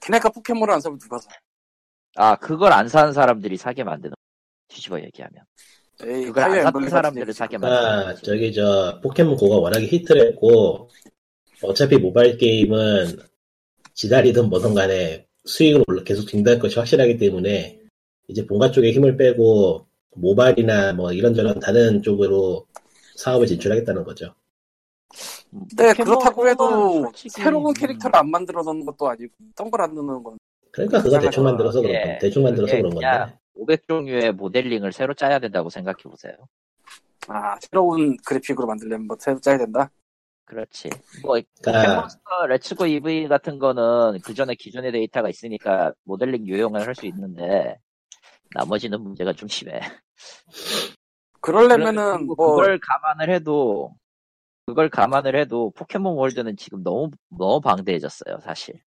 [SPEAKER 3] 걔네가 포켓몬을 안 사면 누가 사?
[SPEAKER 2] 아 그걸 안 사는 사람들이 사게 만드는 뒤집어 얘기하면
[SPEAKER 3] 에이,
[SPEAKER 2] 그걸
[SPEAKER 3] 파이어
[SPEAKER 2] 안 사는
[SPEAKER 3] 엠블렘
[SPEAKER 2] 사람들을
[SPEAKER 3] 같은
[SPEAKER 2] 사게 만드는
[SPEAKER 4] 아,
[SPEAKER 2] 거지.
[SPEAKER 4] 저기 저 포켓몬 고가 워낙에 히트를 했고 어차피 모바일 게임은 지달이든 뭐든 간에 수익을 올라 계속 증대할 것이 확실하기 때문에 이제 본가 쪽에 힘을 빼고 모바일이나 뭐 이런저런 다른 쪽으로 사업을 진출하겠다는 거죠.
[SPEAKER 3] 근데
[SPEAKER 2] 포켓몬은
[SPEAKER 3] 네, 그렇다고 해도
[SPEAKER 2] 뭐 솔직히-
[SPEAKER 3] 새로운
[SPEAKER 2] 음.
[SPEAKER 3] 캐릭터를 안 만들어 놓는 것도 아니고 있던 걸안 넣는 건
[SPEAKER 4] 그러니까 그거 대충
[SPEAKER 3] 이상하잖아.
[SPEAKER 4] 만들어서 그런
[SPEAKER 2] 예.
[SPEAKER 4] 건 대충 만들어서
[SPEAKER 2] 그게
[SPEAKER 4] 그런 건데
[SPEAKER 2] 그냥 500종류의 모델링을 새로 짜야 된다고 생각해 보세요.
[SPEAKER 3] 아, 새로운 그래픽으로 만들려면 뭐 새로 짜야 된다?
[SPEAKER 2] 그렇지. 뭐
[SPEAKER 4] 그러니까
[SPEAKER 2] 캔버스터 레츠고 EV 같은 거는 그 전에 기존의 데이터가 있으니까 모델링 유형을 할 수 있는데 나머지는 문제가 좀 심해.
[SPEAKER 3] 그러려면은
[SPEAKER 2] 그리고
[SPEAKER 3] 뭐
[SPEAKER 2] 그걸 감안을 해도 그걸 감안을 해도 포켓몬 월드는 지금 너무 너무 방대해졌어요, 사실.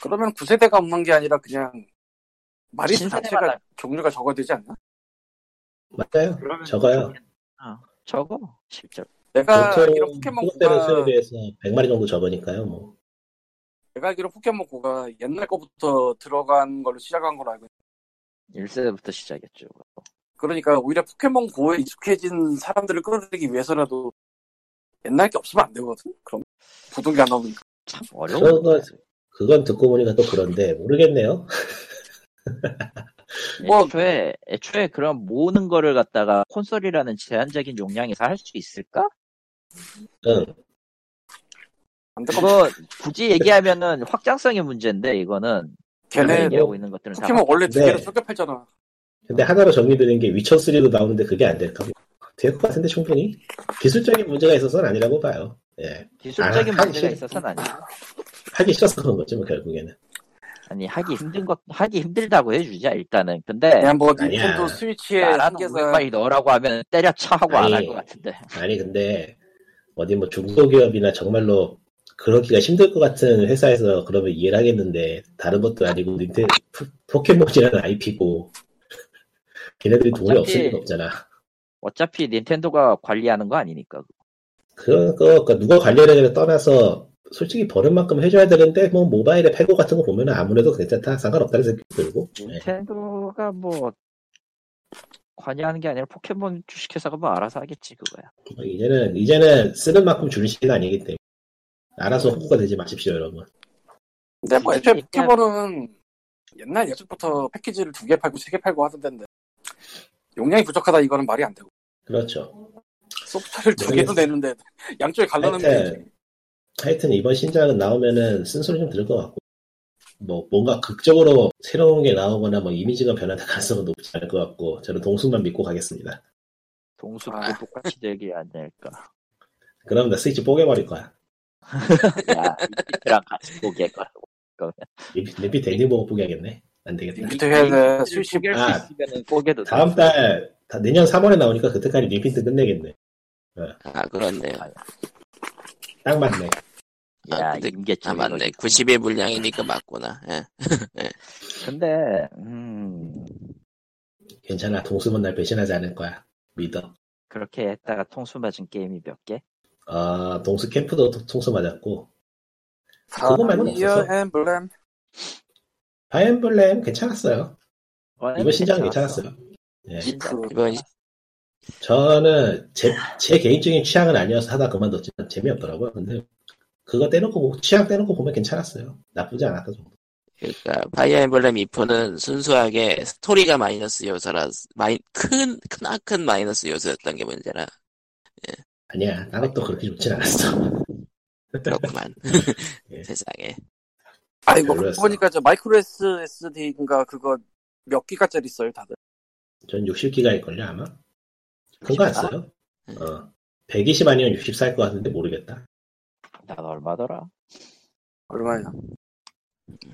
[SPEAKER 3] 그러면 9세대가 없는 게 아니라 그냥 말이
[SPEAKER 2] 신세대가
[SPEAKER 3] 자체가
[SPEAKER 2] 나-
[SPEAKER 3] 종류가 적어되지 않나?
[SPEAKER 4] 맞아요.
[SPEAKER 2] 그러면
[SPEAKER 4] 적어요.
[SPEAKER 2] 어, 적어 실제.
[SPEAKER 3] 내가
[SPEAKER 4] 보통
[SPEAKER 3] 그러니까 이런 포켓몬
[SPEAKER 4] 소속되는 수에
[SPEAKER 3] 고가
[SPEAKER 4] 대해서 100마리 정도 접으니까요. 뭐.
[SPEAKER 3] 내가 알기로 포켓몬 고가 옛날 거부터 들어간 걸로 시작한 걸로 알고 있
[SPEAKER 2] 1세대부터 시작했죠.
[SPEAKER 3] 그러니까 오히려 포켓몬 고에 익숙해진 사람들을 끌어들이기 위해서라도 옛날 게 없으면 안 되거든. 그럼 부동이 안 나오니까.
[SPEAKER 2] 참 어려운
[SPEAKER 4] 그거-
[SPEAKER 2] 거예요.
[SPEAKER 4] 그건 듣고 보니까 또 그런데 모르겠네요.
[SPEAKER 3] 뭐-
[SPEAKER 2] 애초에 애초에 그런 모으는 거를 갖다가 콘솔이라는 제한적인 용량에서 할 수 있을까?
[SPEAKER 4] 응.
[SPEAKER 3] 안될 거.
[SPEAKER 2] 그거 굳이 얘기하면은 확장성의 문제인데 이거는
[SPEAKER 3] 걔네
[SPEAKER 4] 뭐
[SPEAKER 2] 얘기하고 있는 것들은 다
[SPEAKER 3] 포켓몬 원래 두
[SPEAKER 4] 네.
[SPEAKER 3] 개로 쫓겨팔잖아.
[SPEAKER 4] 근데 하나로 정리되는 게 위쳐 3도 나오는데 그게 안 될까? 될 것 같은데 충분히 기술적인 문제가 있어서는 아니라고 봐요. 예,
[SPEAKER 2] 기술적인 문제가
[SPEAKER 4] 아, 확실히.
[SPEAKER 2] 있어서는 아니.
[SPEAKER 4] 하기 싫어서 그런 거지 뭐 결국에는.
[SPEAKER 2] 아니 하기 힘든 것 하기 힘들다고 해주자 일단은. 근데
[SPEAKER 4] 네,
[SPEAKER 3] 그냥 뭐
[SPEAKER 4] 아니야.
[SPEAKER 3] 닌텐도 스위치의
[SPEAKER 2] 네. 나라는 우리
[SPEAKER 3] 한계가
[SPEAKER 2] 빨리 넣으라고 하면 때려쳐 하고 안 할
[SPEAKER 4] 아니.
[SPEAKER 2] 것 같은데.
[SPEAKER 4] 아니 근데 어디 뭐 중소기업이나 정말로 그러기가 힘들 것 같은 회사에서 그러면 이해를 하겠는데 다른 것도 아니고 닌텐 포- 포켓몬이라는 IP고 걔네들이 돈이
[SPEAKER 2] 어차피-
[SPEAKER 4] 없을 리가 없잖아.
[SPEAKER 2] 어차피 닌텐도가 관리하는 거 아니니까.
[SPEAKER 4] 그런 거 그러니까 누가 관리를 떠나서 솔직히 버는 만큼 해줘야 되는데 뭐 모바일에 패고 같은 거 보면 아무래도 괜찮다 상관없다는 생각이 들고
[SPEAKER 2] 음.
[SPEAKER 4] 예.
[SPEAKER 2] 닌텐도가 뭐 관여하는 게 아니라 포켓몬 주식회사가 뭐 알아서 하겠지 그거야.
[SPEAKER 4] 뭐 이제는 이제는 쓰는 만큼 주는 시기는 아니기 때문에 알아서 호구가 되지 마십시오 여러분.
[SPEAKER 3] 근데 뭐 애초에
[SPEAKER 2] 진짜
[SPEAKER 3] 포켓몬은 옛날 예전부터 패키지를 두 개 팔고 세 개 팔고 하던데 용량이 부족하다 이거는 말이 안 되고
[SPEAKER 4] 그렇죠.
[SPEAKER 3] 소프트를
[SPEAKER 2] 네.
[SPEAKER 3] 두 개도 내는데 양쪽에 갈라놓는 게
[SPEAKER 4] 하여튼 하여튼 이번 신작은 나오면은 쓴소리 좀 들을 것 같고 뭐 뭔가 극적으로 새로운 게 나오거나 뭐 이미지가 변화될 가능성은 높지 않을 것 같고 저는 동숙만 믿고 가겠습니다.
[SPEAKER 2] 동수도
[SPEAKER 3] 아.
[SPEAKER 2] 똑같이 되게 안 될까.
[SPEAKER 4] 그럼 나 스위치 뽀개버릴 거야.
[SPEAKER 2] 야 이랑 같이 보게 할 거라고.
[SPEAKER 4] 리피 리피 댕댕 보고 뽀개야겠네. 안 되겠다.
[SPEAKER 3] 리피트 해야 돼 스위치
[SPEAKER 2] 수식할
[SPEAKER 4] 아.
[SPEAKER 2] 수 있으면은 꼬개도
[SPEAKER 4] 다음 달, 다- 내년 3월에 나오니까 그때까지 리피트 끝내겠네.
[SPEAKER 1] 아 그렇네요.
[SPEAKER 4] 딱 맞네.
[SPEAKER 1] 아,
[SPEAKER 2] 야
[SPEAKER 1] 근데-
[SPEAKER 2] 임계점
[SPEAKER 1] 아 맞네. 90일 분량이니까 맞구나. 예.
[SPEAKER 2] 근데 음
[SPEAKER 4] 괜찮아. 동수만 날 배신하지 않을 거야. 믿어.
[SPEAKER 2] 그렇게 했다가 통수 맞은 게임이 몇 개?
[SPEAKER 4] 아, 동수 캠프도 통- 통수 맞았고. 그거 말고는
[SPEAKER 3] 아, 파이어
[SPEAKER 4] 없었어.
[SPEAKER 3] 엠블렘
[SPEAKER 4] 파이엠블렘 괜찮았어요. 이번 신작은
[SPEAKER 2] 괜찮았어.
[SPEAKER 4] 괜찮았어요. 예.
[SPEAKER 2] 신작.
[SPEAKER 1] 이번
[SPEAKER 4] 저는 제, 제 개인적인 취향은 아니어서 하다 그만뒀지만 재미없더라고요. 근데 그거 떼놓고, 보- 취향 떼놓고 보면 괜찮았어요. 나쁘지 않았다 정도.
[SPEAKER 1] 그러니까 파이어 엠블렘 2포는 순수하게 스토리가 마이너스 요소라 마이 큰 크나큰 마이너스 요소였던 게 문제라
[SPEAKER 4] 아니야. 나도 또 그렇게 좋진 않았어.
[SPEAKER 1] 그렇구만
[SPEAKER 4] 예.
[SPEAKER 1] 세상에
[SPEAKER 3] 아이고
[SPEAKER 4] 별로였어.
[SPEAKER 3] 보니까 저 마이크로 SSD인가 그거 몇 기가짜리 있어요 다들
[SPEAKER 4] 전 60기가일걸요, 아마? 큰 거 안 써요.
[SPEAKER 1] 음.
[SPEAKER 4] 어. 120 아니면 60 살 것 같은데 모르겠다.
[SPEAKER 2] 난 얼마더라?
[SPEAKER 3] 얼마야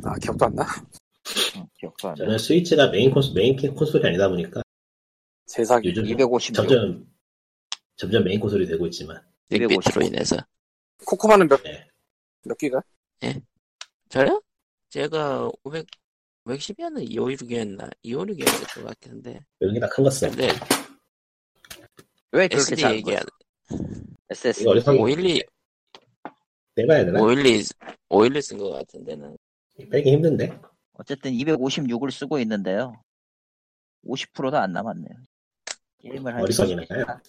[SPEAKER 3] 아 기억도 안나
[SPEAKER 2] 응, 기억도 안 나.
[SPEAKER 4] 저는 스위치가 메인 콘솔, 메인 키- 콘솔이 아니다 보니까
[SPEAKER 3] 세상에
[SPEAKER 4] 요즘
[SPEAKER 2] 256.
[SPEAKER 4] 점점 점점 메인 콘솔이 되고 있지만
[SPEAKER 1] 빅비트로 인해서
[SPEAKER 3] 코코마는 몇,
[SPEAKER 4] 네.
[SPEAKER 3] 몇 기가?
[SPEAKER 1] 저요? 제가 500 510이었나 256이었나 256이었을 것 같은데
[SPEAKER 4] 여기다 큰 거 써.
[SPEAKER 1] 근데
[SPEAKER 2] 왜 그렇게
[SPEAKER 1] SD
[SPEAKER 2] 작은 거야?
[SPEAKER 1] 얘기하는
[SPEAKER 2] SS
[SPEAKER 4] 이거 어디서
[SPEAKER 1] 512
[SPEAKER 4] 내봐야
[SPEAKER 2] 뭐-
[SPEAKER 4] 되나?
[SPEAKER 1] 512 512 쓴 것 같은데는
[SPEAKER 4] 빼기 힘든데.
[SPEAKER 2] 어쨌든 256을 쓰고 있는데요. 50%도 안 남았네요. 게임을 한
[SPEAKER 4] 어리석이네.
[SPEAKER 2] 시간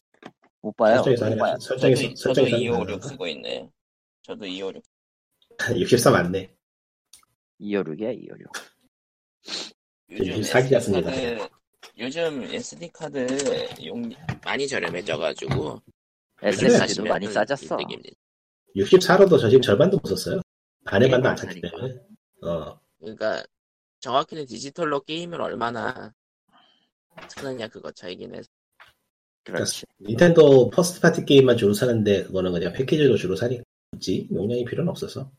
[SPEAKER 2] 못 봐요.
[SPEAKER 4] 설정에서
[SPEAKER 2] 못 봐요.
[SPEAKER 4] 하니까 설정에서
[SPEAKER 1] 저도
[SPEAKER 4] 설정에서
[SPEAKER 1] 256 쓰고 있네요 저도 256
[SPEAKER 4] 64 아, 맞네.
[SPEAKER 2] 256이야 256.
[SPEAKER 1] 요즘
[SPEAKER 4] 사기가
[SPEAKER 1] SD 카드-
[SPEAKER 4] 씁니다.
[SPEAKER 1] 요즘 SD 카드 용 많이 저렴해져가지고 요즘
[SPEAKER 2] SSD도
[SPEAKER 1] 사시면은
[SPEAKER 2] 네, 많이 싸졌어.
[SPEAKER 1] 이득입니다.
[SPEAKER 4] 64로도 저 지금 절반도 못 썼어요. 반의
[SPEAKER 2] 게임
[SPEAKER 4] 반도 안
[SPEAKER 2] 안
[SPEAKER 4] 찼기
[SPEAKER 2] 하니까.
[SPEAKER 4] 때문에. 어
[SPEAKER 1] 그러니까 정확히는 디지털로 게임을 얼마나 크느냐 그거 차이긴 해서
[SPEAKER 2] 그렇지.
[SPEAKER 4] 닌텐도 퍼스트 파티 게임만 주로 사는데 그거는 그냥 패키지로 주로 사니까 굳이 용량이 필요는 없어서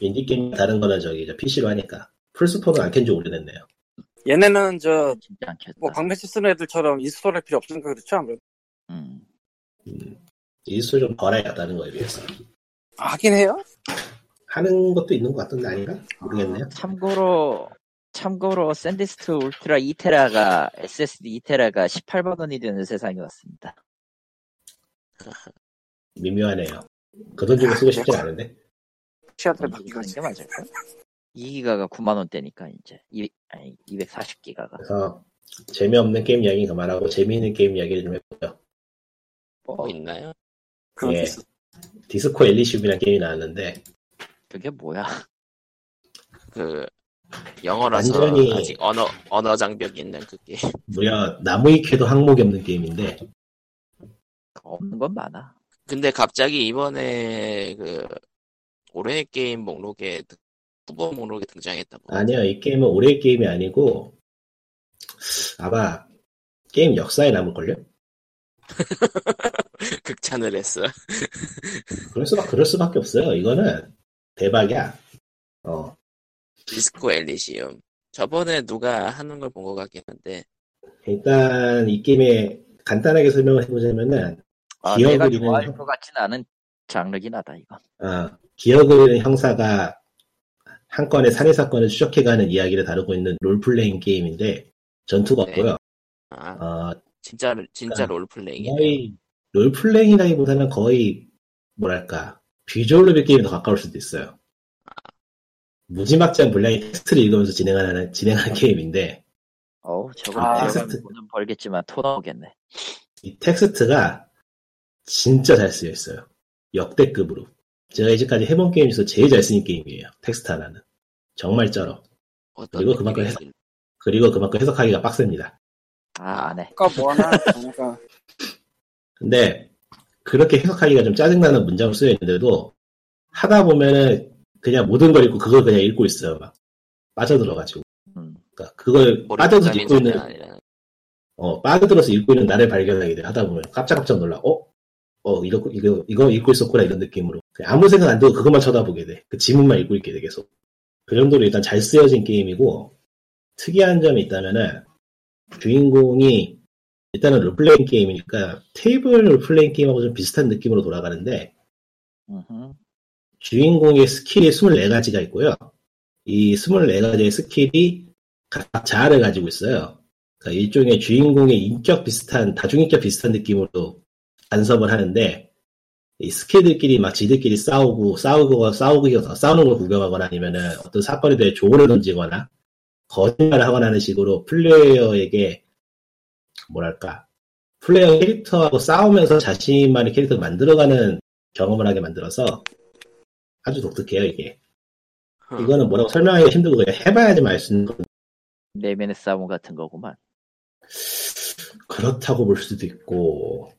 [SPEAKER 4] 인디 게임 다른 거는 저기 저 PC로 하니까 플스4는 안 켠 지 오래됐네요.
[SPEAKER 3] 얘네는 저 뭐
[SPEAKER 2] 진짜 않겠다.
[SPEAKER 3] 방패치 쓰는 애들처럼 인스톨 할 필요 없으니까 그렇죠 아무래도
[SPEAKER 2] 음.
[SPEAKER 4] 일수 좀 덜해요 다른 거에 비해서
[SPEAKER 3] 아, 하긴 해요
[SPEAKER 4] 하는 것도 있는 것 같던데 아닌가 모르겠네요.
[SPEAKER 2] 참고로 참고로 샌디스트 울트라 2테라가 SSD 2테라가 18만 원이 되는 세상이 왔습니다.
[SPEAKER 4] 미묘하네요. 그 돈 주고 쓰고 싶진 않은데 음,
[SPEAKER 3] 시한테 바뀌고
[SPEAKER 2] 이기가인 게 맞을까? 2기가가 9만 원대니까 이제 2 아니 240기가가
[SPEAKER 4] 그래서 재미없는 게임 이야기 그만하고 재미있는 게임 이야기를 좀 해보죠.
[SPEAKER 2] 어.
[SPEAKER 1] 뭐 있나요?
[SPEAKER 3] 그런 게
[SPEAKER 4] 예.
[SPEAKER 3] 있어
[SPEAKER 4] 디스코 엘리시움이라는 게임이 나왔는데
[SPEAKER 2] 그게 뭐야?
[SPEAKER 1] 그 영어라서
[SPEAKER 4] 완전히-
[SPEAKER 1] 아직 언어 언어 장벽이 있는 그 게임
[SPEAKER 4] 무려 나무위키도 항목이 없는 게임인데
[SPEAKER 2] 없는 건 많아.
[SPEAKER 1] 근데 갑자기 이번에 그 올해 게임 목록에 등- 후보 목록에 등장했다고
[SPEAKER 4] 아니요, 이 게임은 올해의 게임이 아니고, 아마, 게임 역사에 남을걸요?
[SPEAKER 1] 극찬을 했어.
[SPEAKER 4] 그럴 수밖에, 그럴 수밖에 없어요. 이거는, 대박이야. 어,
[SPEAKER 1] 디스코 엘리시움. 저번에 누가 하는 걸 본 것 같긴 한데
[SPEAKER 4] 일단, 이 게임에 간단하게 설명을 해보자면은,
[SPEAKER 2] 아,
[SPEAKER 4] 기억을
[SPEAKER 2] 내가
[SPEAKER 4] 잃은
[SPEAKER 2] 좋아할
[SPEAKER 4] 형.
[SPEAKER 2] 것 같진 않은 장르긴 하다 이거.
[SPEAKER 4] 어, 기억을 잃은 형사가 한 건의 살해 사건을 추적해가는 이야기를 다루고 있는 롤플레잉 게임인데, 전투가
[SPEAKER 1] 네.
[SPEAKER 4] 없고요.
[SPEAKER 1] 아
[SPEAKER 4] 어,
[SPEAKER 1] 진짜 진짜
[SPEAKER 4] 아,
[SPEAKER 1] 롤플레잉이네.
[SPEAKER 4] 거의, 롤플레잉이라기보다는 거의, 뭐랄까, 비주얼 로의 게임에 더 가까울 수도 있어요. 무지막지한 분량의 텍스트를 읽으면서 진행하는, 진행하는 게임인데,
[SPEAKER 2] 어우 저거
[SPEAKER 3] 아,
[SPEAKER 2] 아,
[SPEAKER 4] 텍스트.
[SPEAKER 2] 돈은 벌겠지만 토 나오겠네.
[SPEAKER 4] 이 텍스트가 진짜 잘 쓰여 있어요. 역대급으로. 제가 이제까지 해본 게임 중에서 제일 잘 쓰인 게임이에요. 텍스트 하나는. 정말 쩔어.
[SPEAKER 1] 어떤
[SPEAKER 4] 이거 그만큼
[SPEAKER 1] 느낌이길래.
[SPEAKER 4] 그리고 그만큼 해석하기가 빡셉니다.
[SPEAKER 2] 아 안해.
[SPEAKER 3] 아까 뭐 하나 보니까
[SPEAKER 4] 근데, 그렇게 해석하기가 좀 짜증나는 문장을 쓰여 있는데도, 하다 보면은, 그냥 모든 걸 읽고, 그걸 그냥 읽고 있어요. 막. 빠져들어가지고.
[SPEAKER 2] 음.
[SPEAKER 4] 그러니까 그걸
[SPEAKER 1] 모르는
[SPEAKER 4] 빠져서
[SPEAKER 1] 사람인
[SPEAKER 4] 읽고 있는,
[SPEAKER 1] 장난 아니라
[SPEAKER 4] 어, 빠져들어서 읽고 있는 나를 발견하게 돼. 하다 보면 깜짝깜짝 놀라. 어? 어, 이거, 이거, 이거 읽고 있었구나. 이런 느낌으로. 그냥 아무 생각 안 들고 그것만 쳐다보게 돼. 그 지문만 읽고 있게 돼, 계속. 그 정도로 일단 잘 쓰여진 게임이고, 특이한 점이 있다면은, 주인공이, 일단은 롤플레잉 게임이니까, 테이블 롤플레잉 게임하고 좀 비슷한 느낌으로 돌아가는데,
[SPEAKER 2] 음흠.
[SPEAKER 4] 주인공의 스킬이 24가지가 있고요. 이 24가지의 스킬이 각 자아를 가지고 있어요. 그러니까 일종의 주인공의 인격 비슷한, 다중인격 비슷한 느낌으로 간섭을 하는데, 이 스킬들끼리 막 지들끼리 싸우고, 싸우고, 싸우고, 싸우는 걸 구경하거나 아니면은 어떤 사건에 대해 조언을 던지거나, 거짓말을 하거나 하는 식으로 플레이어에게, 뭐랄까, 플레이어 캐릭터하고 싸우면서 자신만의 캐릭터를 만들어가는 경험을 하게 만들어서, 아주 독특해요 이게
[SPEAKER 1] 흠.
[SPEAKER 4] 이거는 뭐라고 설명하기가 힘들고 그냥 해봐야지만 알 수 있는 건
[SPEAKER 2] 내면의 싸움 같은 거구만.
[SPEAKER 4] 그렇다고 볼 수도 있고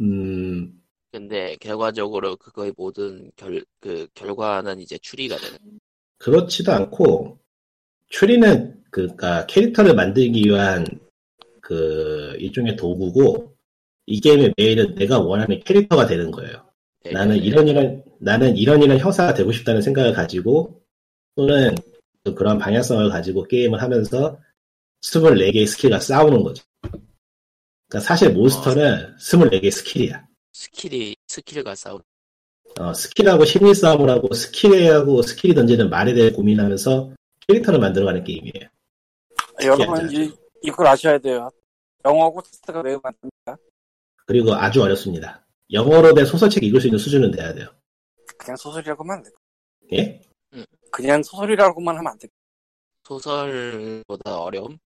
[SPEAKER 4] 음
[SPEAKER 1] 근데 결과적으로 그거의 모든 결 그 결과는 이제 추리가 되는.
[SPEAKER 4] 그렇지도 않고 추리는 그니까 그러니까 캐릭터를 만들기 위한 그 일종의 도구고 이 게임의 메인은 내가 원하는 캐릭터가 되는 거예요 나는 이런 이런 나는 이런 이런 형사가 되고 싶다는 생각을 가지고 또는 또 그런 방향성을 가지고 게임을 하면서 24개의 스킬과 싸우는 거죠. 그러니까 사실 몬스터는 24개의 스킬이야.
[SPEAKER 1] 스킬이 스킬과 싸우.
[SPEAKER 4] 어, 스킬하고 심리 싸움을 하고 스킬하고 스킬이 던지는 말에 대해 고민하면서 캐릭터를 만들어가는 게임이에요.
[SPEAKER 3] 여러분 이, 이걸 아셔야 돼요 영어고 텍스트가 매우 많습니다
[SPEAKER 4] 그리고 아주 어렵습니다. 영어로 된 소설책 읽을 수 있는 수준은 돼야 돼요.
[SPEAKER 3] 그냥 소설이라고만 하면 안 돼.
[SPEAKER 4] 예?
[SPEAKER 3] 그냥 소설이라고만 하면 안 돼.
[SPEAKER 1] 소설보다 어려움?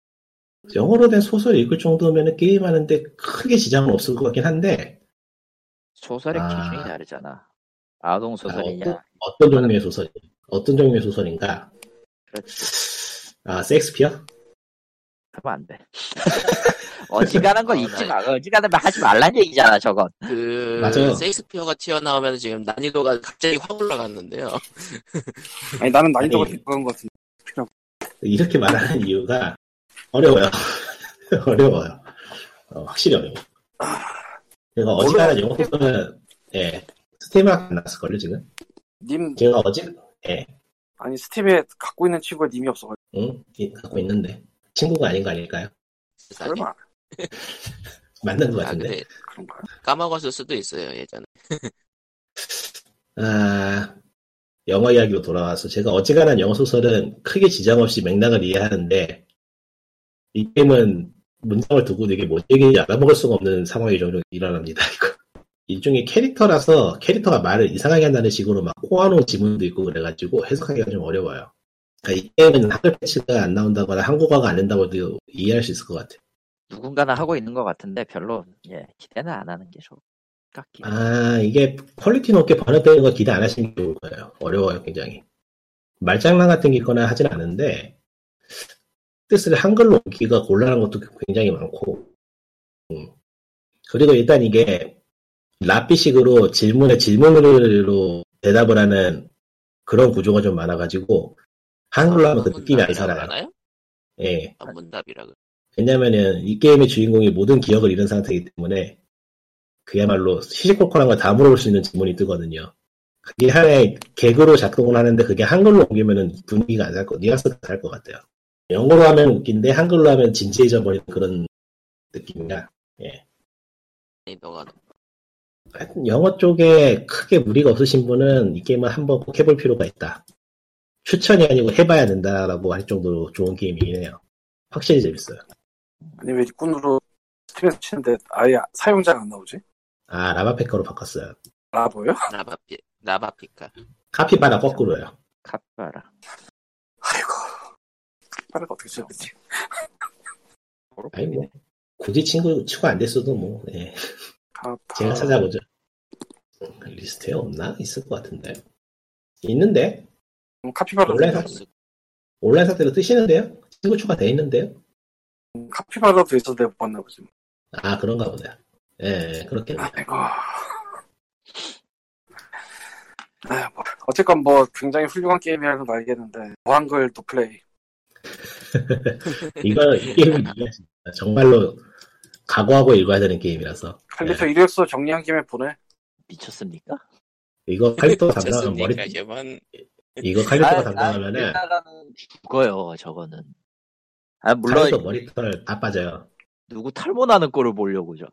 [SPEAKER 4] 영어로 된 소설 읽을 정도면 게임하는데 크게 지장은 없을 것 같긴 한데
[SPEAKER 2] 소설의
[SPEAKER 4] 아.
[SPEAKER 2] 기준이 다르잖아. 아동 소설이냐?
[SPEAKER 4] 아, 어떤 종류의 소설, 어떤 종류의 소설인가?
[SPEAKER 2] 그렇지.
[SPEAKER 4] 아, 섹스피어?
[SPEAKER 2] 하면 안 돼. 어지간한 건
[SPEAKER 1] 아,
[SPEAKER 2] 읽지
[SPEAKER 1] 나-
[SPEAKER 2] 마. 어지간하면 하지 말란 얘기잖아, 저건.
[SPEAKER 1] 그
[SPEAKER 4] 맞아요.
[SPEAKER 1] 세익스피어가 튀어나오면 지금 난이도가 갑자기 확 올라갔는데요.
[SPEAKER 3] 아니 나는
[SPEAKER 4] 예.
[SPEAKER 3] 난이도가
[SPEAKER 4] 아니.
[SPEAKER 3] 되게 그런 것 같은데.
[SPEAKER 4] 이렇게 말하는 이유가 어려워요. 어려워요. 어, 확실히 어려워. 그러니까 어지간한 영어 소설은 예 스팀학 안 났을걸요 지금?
[SPEAKER 3] 님
[SPEAKER 4] 제가 어지 예
[SPEAKER 3] 아니 스팀에 갖고 있는 친구가 님이 없어.
[SPEAKER 4] 응? 이- 갖고 있는데 친구가 아닌 거 아닐까요?
[SPEAKER 1] 세상에.
[SPEAKER 3] 설마
[SPEAKER 4] 맞는 거
[SPEAKER 2] 네.
[SPEAKER 1] 아,
[SPEAKER 4] 같은데.
[SPEAKER 1] 근데
[SPEAKER 3] 그런가?
[SPEAKER 1] 까먹었을 수도 있어요, 예전에.
[SPEAKER 4] 아, 영어 이야기로 돌아와서 제가 어지간한 영어 소설은 크게 지장 없이 맥락을 이해하는데 이 게임은 문장을 두고 되게 못 얘기인지 알아먹을 수가 없는 상황이 종종 일어납니다. 이거 일종의 캐릭터라서 캐릭터가 말을 이상하게 한다는 식으로 막 꼬아놓은 지문도 있고 그래가지고 해석하기가 좀 어려워요. 그러니까 이 게임은 한글 패치가 안 나온다거나 한국어가 안 된다고 해도 이해할 수 있을 것 같아요.
[SPEAKER 2] 누군가나 하고 있는 것 같은데 별로 예 기대는 안 하는 게 좋을 것 같긴. 해요.
[SPEAKER 4] 아, 이게 퀄리티 높게 번역되는 거 기대 안 하시는 게 좋을 거예요. 어려워요, 굉장히. 말장난 같은 게 있거나 하진 않은데, 뜻을 한글로 옮기기가 곤란한 것도 굉장히 많고, 음. 그리고 일단 이게, 라피식으로 질문에 질문으로 대답을 하는 그런 구조가 좀 많아가지고, 한글로 하면 그 느낌이 안 살아요.
[SPEAKER 1] 나요? 아,
[SPEAKER 4] 예.
[SPEAKER 1] 반문답이라고.
[SPEAKER 4] 왜냐면은 이 게임의 주인공이 모든 기억을 잃은 상태이기 때문에 그야말로 시시콜콜한 걸 다 물어볼 수 있는 질문이 뜨거든요. 그게 하나의 개그로 작동을 하는데 그게 한글로 옮기면은 분위기가 안 살 거, 뉘앙스가 안 살 것 같아요. 영어로 하면 웃긴데 한글로 하면 진지해져 버리는 그런 느낌이라
[SPEAKER 1] 너가
[SPEAKER 4] 하여튼 영어 쪽에 크게 무리가 없으신 분은 이 게임을 한번 꼭 해볼 필요가 있다. 추천이 아니고 해봐야 된다라고 할 정도로 좋은 게임이긴 해요. 확실히 재밌어요.
[SPEAKER 3] 아니 왜 리꾼으로 스팀에서 치는데 아예 사용자가 안 나오지? 아,
[SPEAKER 4] 아, 라바페커로 바꿨어요.
[SPEAKER 3] 라보요?
[SPEAKER 1] 나바피, 나바피카.
[SPEAKER 4] 카피바라 거꾸로요.
[SPEAKER 2] 카바라.
[SPEAKER 3] 아이고 빠르가 어떻게 치는지.
[SPEAKER 4] 아니 뭐 굳이 친구 치고 안 됐어도 뭐 예.
[SPEAKER 3] 다, 다
[SPEAKER 4] 제가 찾아보죠 리스트에 없나 있을 것 같은데 있는데
[SPEAKER 3] 음, 카피바라
[SPEAKER 4] 원래 사- 온라인 상태로 뜨시는데요 친구 추가 돼 있는데요
[SPEAKER 3] 음, 카피바라도 있어서 내가 못 봤나 보지.
[SPEAKER 4] 아 그런가 보다 예 예, 그렇겠네요
[SPEAKER 3] 아이고. 아휴, 뭐, 어쨌건 뭐 굉장히 훌륭한 게임이라는 걸 알겠는데 뭐 한글 노플레이
[SPEAKER 2] 네.
[SPEAKER 4] 이거 이 게임은 이해하십니다. 정말로 각오하고 읽어야 되는 게임이라서
[SPEAKER 3] 칼리토 이력서 정리한 김에 보내
[SPEAKER 2] 미쳤습니까?
[SPEAKER 4] 이거 칼리토가 담당하면 머리
[SPEAKER 1] 만
[SPEAKER 4] 이거 칼리토가
[SPEAKER 2] 아,
[SPEAKER 4] 담당하면은
[SPEAKER 2] 우리나라는 죽어요 저거는. 아 물론
[SPEAKER 4] 칼리토 머리털 다 빠져요
[SPEAKER 2] 누구 탈모나는 꼴을 보려고 죠.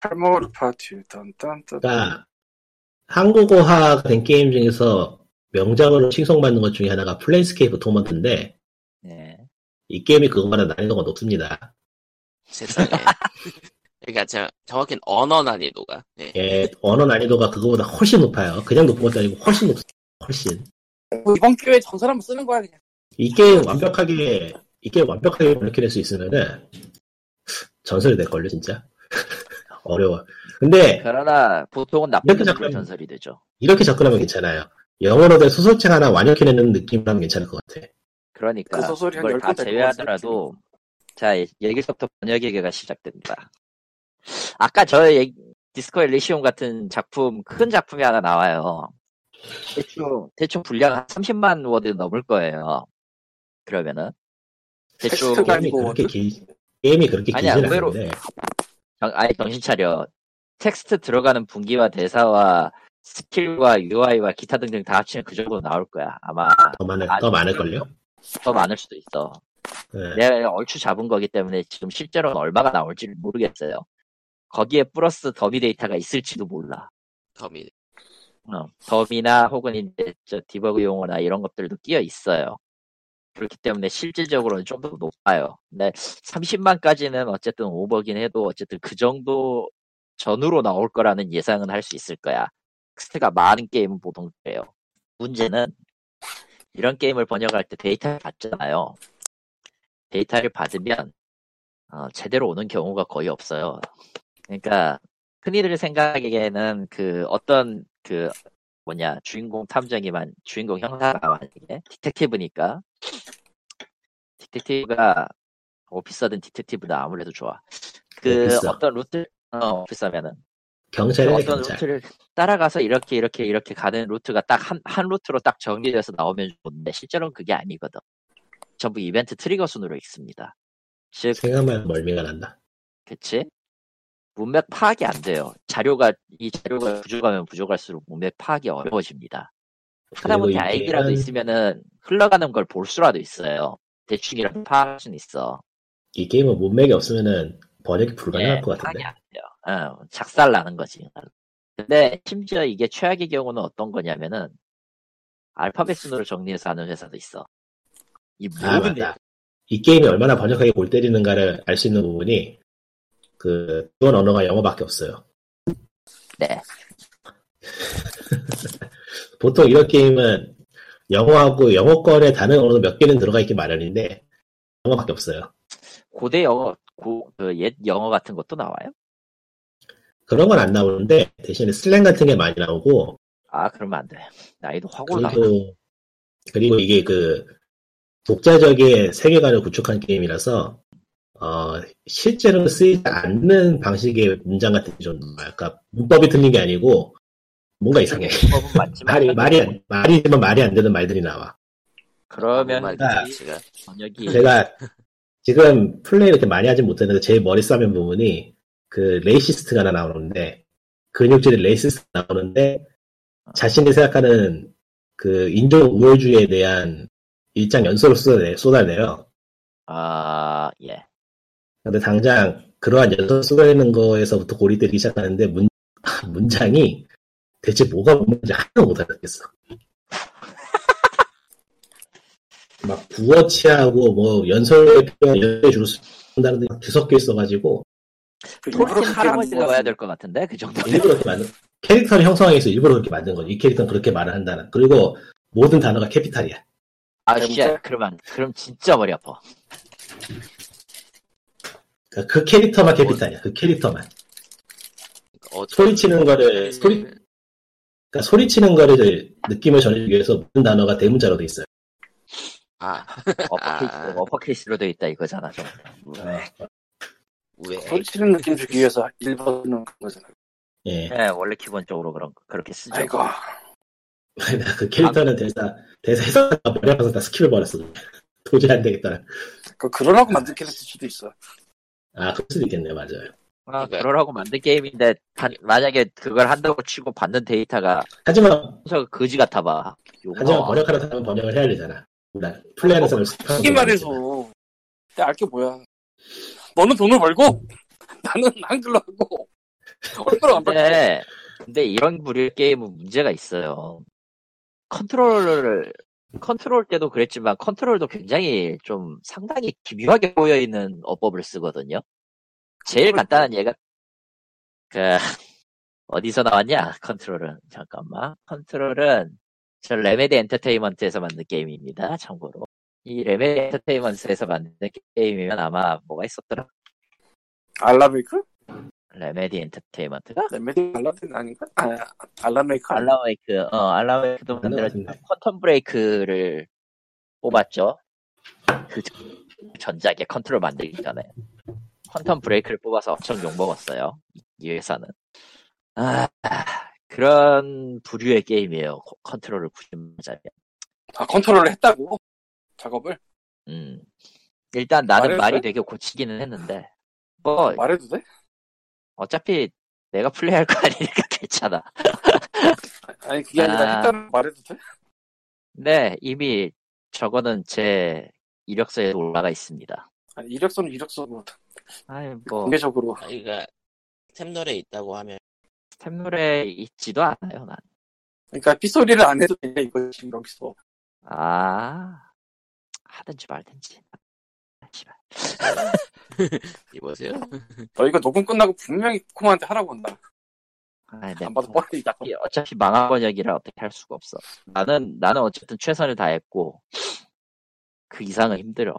[SPEAKER 3] 탈모르 파티 딴딴딴
[SPEAKER 4] 그러니까 한국어화가 된 게임 중에서 명작으로 칭송받는 것 중에 하나가 플레이스케이프 토먼트인데
[SPEAKER 2] 예.
[SPEAKER 4] 이 게임이 그거보다 난이도가 높습니다.
[SPEAKER 1] 세상에. 그러니까 저, 정확히는 언어 난이도가. 예.
[SPEAKER 4] 예, 언어 난이도가 그거보다 훨씬 높아요. 그냥 높은 것도 아니고 훨씬 높, 훨씬. 그러니까
[SPEAKER 3] 뭐 이번 기회에 전 사람 쓰는 거야 그냥
[SPEAKER 4] 이 게임 완벽하게, 이 게임 완벽하게 번역해낼 수 있으면은, 전설이 될걸요, 진짜. 어려워. 근데,
[SPEAKER 2] 그러나 보통은 나쁜
[SPEAKER 4] 이렇게
[SPEAKER 2] 놈들
[SPEAKER 4] 네. 작가님.
[SPEAKER 2] 전설이 되죠.
[SPEAKER 4] 이렇게 접근하면 괜찮아요. 영어로 된 소설책 하나 완역해내는 느낌이라면 괜찮을 것 같아.
[SPEAKER 2] 그러니까
[SPEAKER 3] 그 소설이 한
[SPEAKER 2] 그걸
[SPEAKER 3] 열
[SPEAKER 2] 다
[SPEAKER 3] 권될것
[SPEAKER 2] 제외하더라도 자 여기서부터 번역 얘기가 시작됩니다. 아까 저 얘기- 디스코 엘리시온 같은 작품 큰 작품이 하나 나와요. 대충 대충 분량 한 30만 워드 넘을 거예요. 그러면은 대충
[SPEAKER 3] 텍스트가-
[SPEAKER 4] 게임이
[SPEAKER 3] 아니고
[SPEAKER 4] 그렇게 길, 게임이 그렇게
[SPEAKER 2] 아니야,
[SPEAKER 4] 길진
[SPEAKER 2] 의외로-
[SPEAKER 4] 않은데,
[SPEAKER 2] 정, 아예 정신 차려 텍스트 들어가는 분기와 대사와 스킬과 UI와 기타 등등 다 합치면 그 정도 나올 거야 아마
[SPEAKER 4] 더 많을,
[SPEAKER 2] 아,
[SPEAKER 4] 더 많을걸요?
[SPEAKER 2] 더 많을 수도 있어
[SPEAKER 4] 예.
[SPEAKER 2] 내가 얼추 잡은 거기 때문에 지금 실제로는 얼마가 나올지 모르겠어요. 거기에 플러스 더미 데이터가 있을지도 몰라.
[SPEAKER 1] 더미.
[SPEAKER 2] 어, 더미나 혹은 이제 저 디버그 용어나 이런 것들도 끼어 있어요. 그렇기 때문에 실질적으로는 좀 더 높아요. 근데 30만까지는 어쨌든 오버긴 해도 어쨌든 그 정도 전후로 나올 거라는 예상은 할 수 있을 거야. 텍스트가 많은 게임은 보통 그래요. 문제는 이런 게임을 번역할 때 데이터를 받잖아요. 데이터를 받으면 어, 제대로 오는 경우가 거의 없어요. 그러니까 흔히들 생각하기에는 그 어떤 그 뭐냐 주인공 탐정이만 주인공 형사가 만약에 디텍티브니까 디텍티브가 오피서든 디텍티브든 아무래도 좋아. 그
[SPEAKER 4] 오피서.
[SPEAKER 2] 어떤 루트 어, 오피서면은 그
[SPEAKER 4] 경찰이네,
[SPEAKER 2] 어떤
[SPEAKER 4] 경찰.
[SPEAKER 2] 루트를 따라가서 이렇게 이렇게 이렇게 가는 루트가 딱 한 한 루트로 딱 정리돼서 나오면 좋은데 실제로는 그게 아니거든. 전부 이벤트 트리거 순으로 읽습니다. 즉
[SPEAKER 4] 생각만 멀미가 난다.
[SPEAKER 2] 그치? 문맥 파악이 안 돼요. 자료가, 이 자료가 부족하면 부족할수록 문맥 파악이 어려워집니다. 하다못해
[SPEAKER 4] 그리고 이
[SPEAKER 2] 알기라도
[SPEAKER 4] 게임은-
[SPEAKER 2] 있으면은 흘러가는 걸 볼 수라도 있어요. 대충이라도 파악할 수는 있어.
[SPEAKER 4] 이 게임은 문맥이 없으면은 번역이 불가능할
[SPEAKER 2] 예,
[SPEAKER 4] 것
[SPEAKER 2] 파악이
[SPEAKER 4] 같은데.
[SPEAKER 2] 안 돼요. 어, 작살 나는 거지. 근데 심지어 이게 최악의 경우는 어떤 거냐면은 알파벳 순으로 정리해서 하는 회사도 있어. 이
[SPEAKER 4] 아,
[SPEAKER 2] 모든
[SPEAKER 4] 맞다. 이 게임이 얼마나 번역하게 골 때리는가를 알 수 있는 부분이 그 기본 언어가 영어밖에 없어요.
[SPEAKER 2] 네.
[SPEAKER 4] 보통 이런 게임은 영어하고 영어권에 다른 언어도 몇 개는 들어가 있기 마련인데 영어밖에 없어요.
[SPEAKER 2] 고대 영어, 고, 그 옛 영어 같은 것도 나와요?
[SPEAKER 4] 그런 건 안 나오는데 대신에 슬랭 같은 게 많이 나오고
[SPEAKER 2] 아, 그러면 안 돼. 나이도 확 올라가.
[SPEAKER 4] 그리고 그리고 이게 그 독자적인 세계관을 구축한 게임이라서 어, 실제로 쓰이지 않는 방식의 문장 같은 게좀 뭐랄까 문법이 틀린 게 아니고 뭔가 이상해
[SPEAKER 2] 법은 맞지만
[SPEAKER 4] 말이 말이 안- 말이지만 말이 안 되는 말들이 나와
[SPEAKER 2] 그러면
[SPEAKER 1] 말
[SPEAKER 4] 아.
[SPEAKER 1] 자체가
[SPEAKER 2] 번역이
[SPEAKER 4] 제가 지금 플레이 이렇게 많이 하진 못했는데 제일 머리 싸맨 부분이 그 레이시스트가 하나 나오는데 근육질이 레이시스트 가 나오는데 자신이 생각하는 그 인종 우월주의에 대한 일장 연설을 쏟아내, 쏟아내요.
[SPEAKER 2] 아, 예.
[SPEAKER 4] 근데 당장 그러한 연설 쏟아내는 거에서부터 고리 때리기 시작하는데 문, 문장이 대체 뭐가 뭔지 하나도 못 알아듣겠어. 막 부어치하고 뭐 연설에 필요한 연설에 주로 쓴다는데 막 뒤섞여 있어가지고
[SPEAKER 3] 그
[SPEAKER 2] 토마스
[SPEAKER 3] 그렇게
[SPEAKER 2] 할아버지가
[SPEAKER 3] 만든
[SPEAKER 2] 와야
[SPEAKER 3] 것
[SPEAKER 2] 될 것 같은데 그 정도.
[SPEAKER 4] 일부러 그렇게 만든 캐릭터를 형성하기 위해서 일부러 그렇게 만든 거지. 이 캐릭터는 그렇게 말을 한다는. 그리고 모든 단어가 캐피탈이야.
[SPEAKER 2] 아, 진짜 그러면 그럼 진짜 머리 아파.
[SPEAKER 4] 그러니까 그 캐릭터만 캐피탈이야. 그 캐릭터만.
[SPEAKER 1] 어떤 음,
[SPEAKER 4] 소리치는 거를 소리 그러니까 소리치는 거를 느낌을 전해주기 위해서 모든 단어가 대문자로 돼 있어요.
[SPEAKER 1] 아
[SPEAKER 2] 어퍼케이스, 어퍼케이스로 되어 있다 이거잖아. 좀.
[SPEAKER 4] 네.
[SPEAKER 1] 왜?
[SPEAKER 3] 소리치는 느낌 주기 위해서 일본은 그런 거잖아.
[SPEAKER 4] 예.
[SPEAKER 2] 네, 원래 기본적으로 그런 그렇게 쓰죠.
[SPEAKER 3] 아이고,
[SPEAKER 4] 그 캐릭터는 대사, 대사 해석하다가 머리 아파서 다 스킵을 버렸어. 도저히 안 되겠다.
[SPEAKER 3] 그 그러라고 만든 캐릭터일 수도 있어.
[SPEAKER 4] 아, 그럴 수도 있겠네, 맞아요.
[SPEAKER 2] 아, 그러라고 만든 게임인데 단- 만약에 그걸 한다고 치고 받는 데이터가
[SPEAKER 4] 하지만,
[SPEAKER 2] 순서 거지 같아 봐. 욕
[SPEAKER 4] 하지만
[SPEAKER 2] 나와.
[SPEAKER 4] 번역하는 사람은 번역을 해야 되잖아. 나 플레이하는 사람을 스킵하는
[SPEAKER 3] 솔직히 말해서 내가 알게 뭐야. 너는 돈을 벌고 나는 한글로 하고
[SPEAKER 1] 네.
[SPEAKER 3] 얼마나 안 받고
[SPEAKER 2] 근데 근데 이런 부류의 게임은 문제가 있어요. 컨트롤을 컨트롤 때도 그랬지만 컨트롤도 굉장히 좀 상당히 기묘하게 보여 있는 어법을 쓰거든요. 제일 간단한 예가 그 어디서 나왔냐? 컨트롤은 잠깐만. 컨트롤은 저 레메디 엔터테인먼트에서 만든 게임입니다. 참고로 이 레메디 엔터테인먼트에서 만든 게임이면 아마 뭐가 있었더라?
[SPEAKER 3] 알라메이크?
[SPEAKER 2] 레메디 엔터테인먼트가
[SPEAKER 3] 네, 메디 알라메이크 아닌가? 아, 알라메이크 알라.
[SPEAKER 2] 알라웨이크, 어, 알라웨이크도 만들었지만 컨텀 브레이크를 뽑았죠. 그 전- 전작에 컨트롤 만들기 전에. 컨텀 브레이크를 뽑아서 엄청 욕먹었어요. 이- 이 회사는. 아, 그런 부류의 게임이에요. 코- 컨트롤을 굳이 말하자면.
[SPEAKER 3] 아, 컨트롤을 했다고 작업을
[SPEAKER 2] 음. 일단 나는
[SPEAKER 3] 말해도
[SPEAKER 2] 말이
[SPEAKER 3] 돼?
[SPEAKER 2] 되게 고치기는 했는데. 뭐,
[SPEAKER 3] 말해도 돼?
[SPEAKER 2] 어차피 내가 플레이할 거 아니니까 괜찮아.
[SPEAKER 3] 아니 그게 아니라
[SPEAKER 2] 아.
[SPEAKER 3] 했다는 말해도 돼?
[SPEAKER 2] 네, 이미 저거는 제 이력서에 도 올라가 있습니다.
[SPEAKER 3] 아니, 이력서는 이력서고
[SPEAKER 2] 아이,
[SPEAKER 3] 그
[SPEAKER 2] 뭐,
[SPEAKER 3] 공개적으로
[SPEAKER 1] 그러니까 템널에 있다고 하면
[SPEAKER 2] 스탭룰에 있지도 않아요, 난.
[SPEAKER 3] 그러니까 삐소리를 안 해도 되냐 이거 지금 여기서
[SPEAKER 2] 아, 하든지 말든지. 아, 씨발.
[SPEAKER 1] 이보세요.
[SPEAKER 3] 너 어, 이거 녹음 끝나고 분명히 코마한테 하라고 한다
[SPEAKER 2] 아이, 네, 뭐. 내
[SPEAKER 3] 안 봐도 빨리 나
[SPEAKER 2] 어차피, 어차피 망한 번역이라 어떻게 할 수가 없어.
[SPEAKER 4] 음.
[SPEAKER 2] 나는, 나는 어쨌든 최선을 다했고, 그 이상은 힘들어.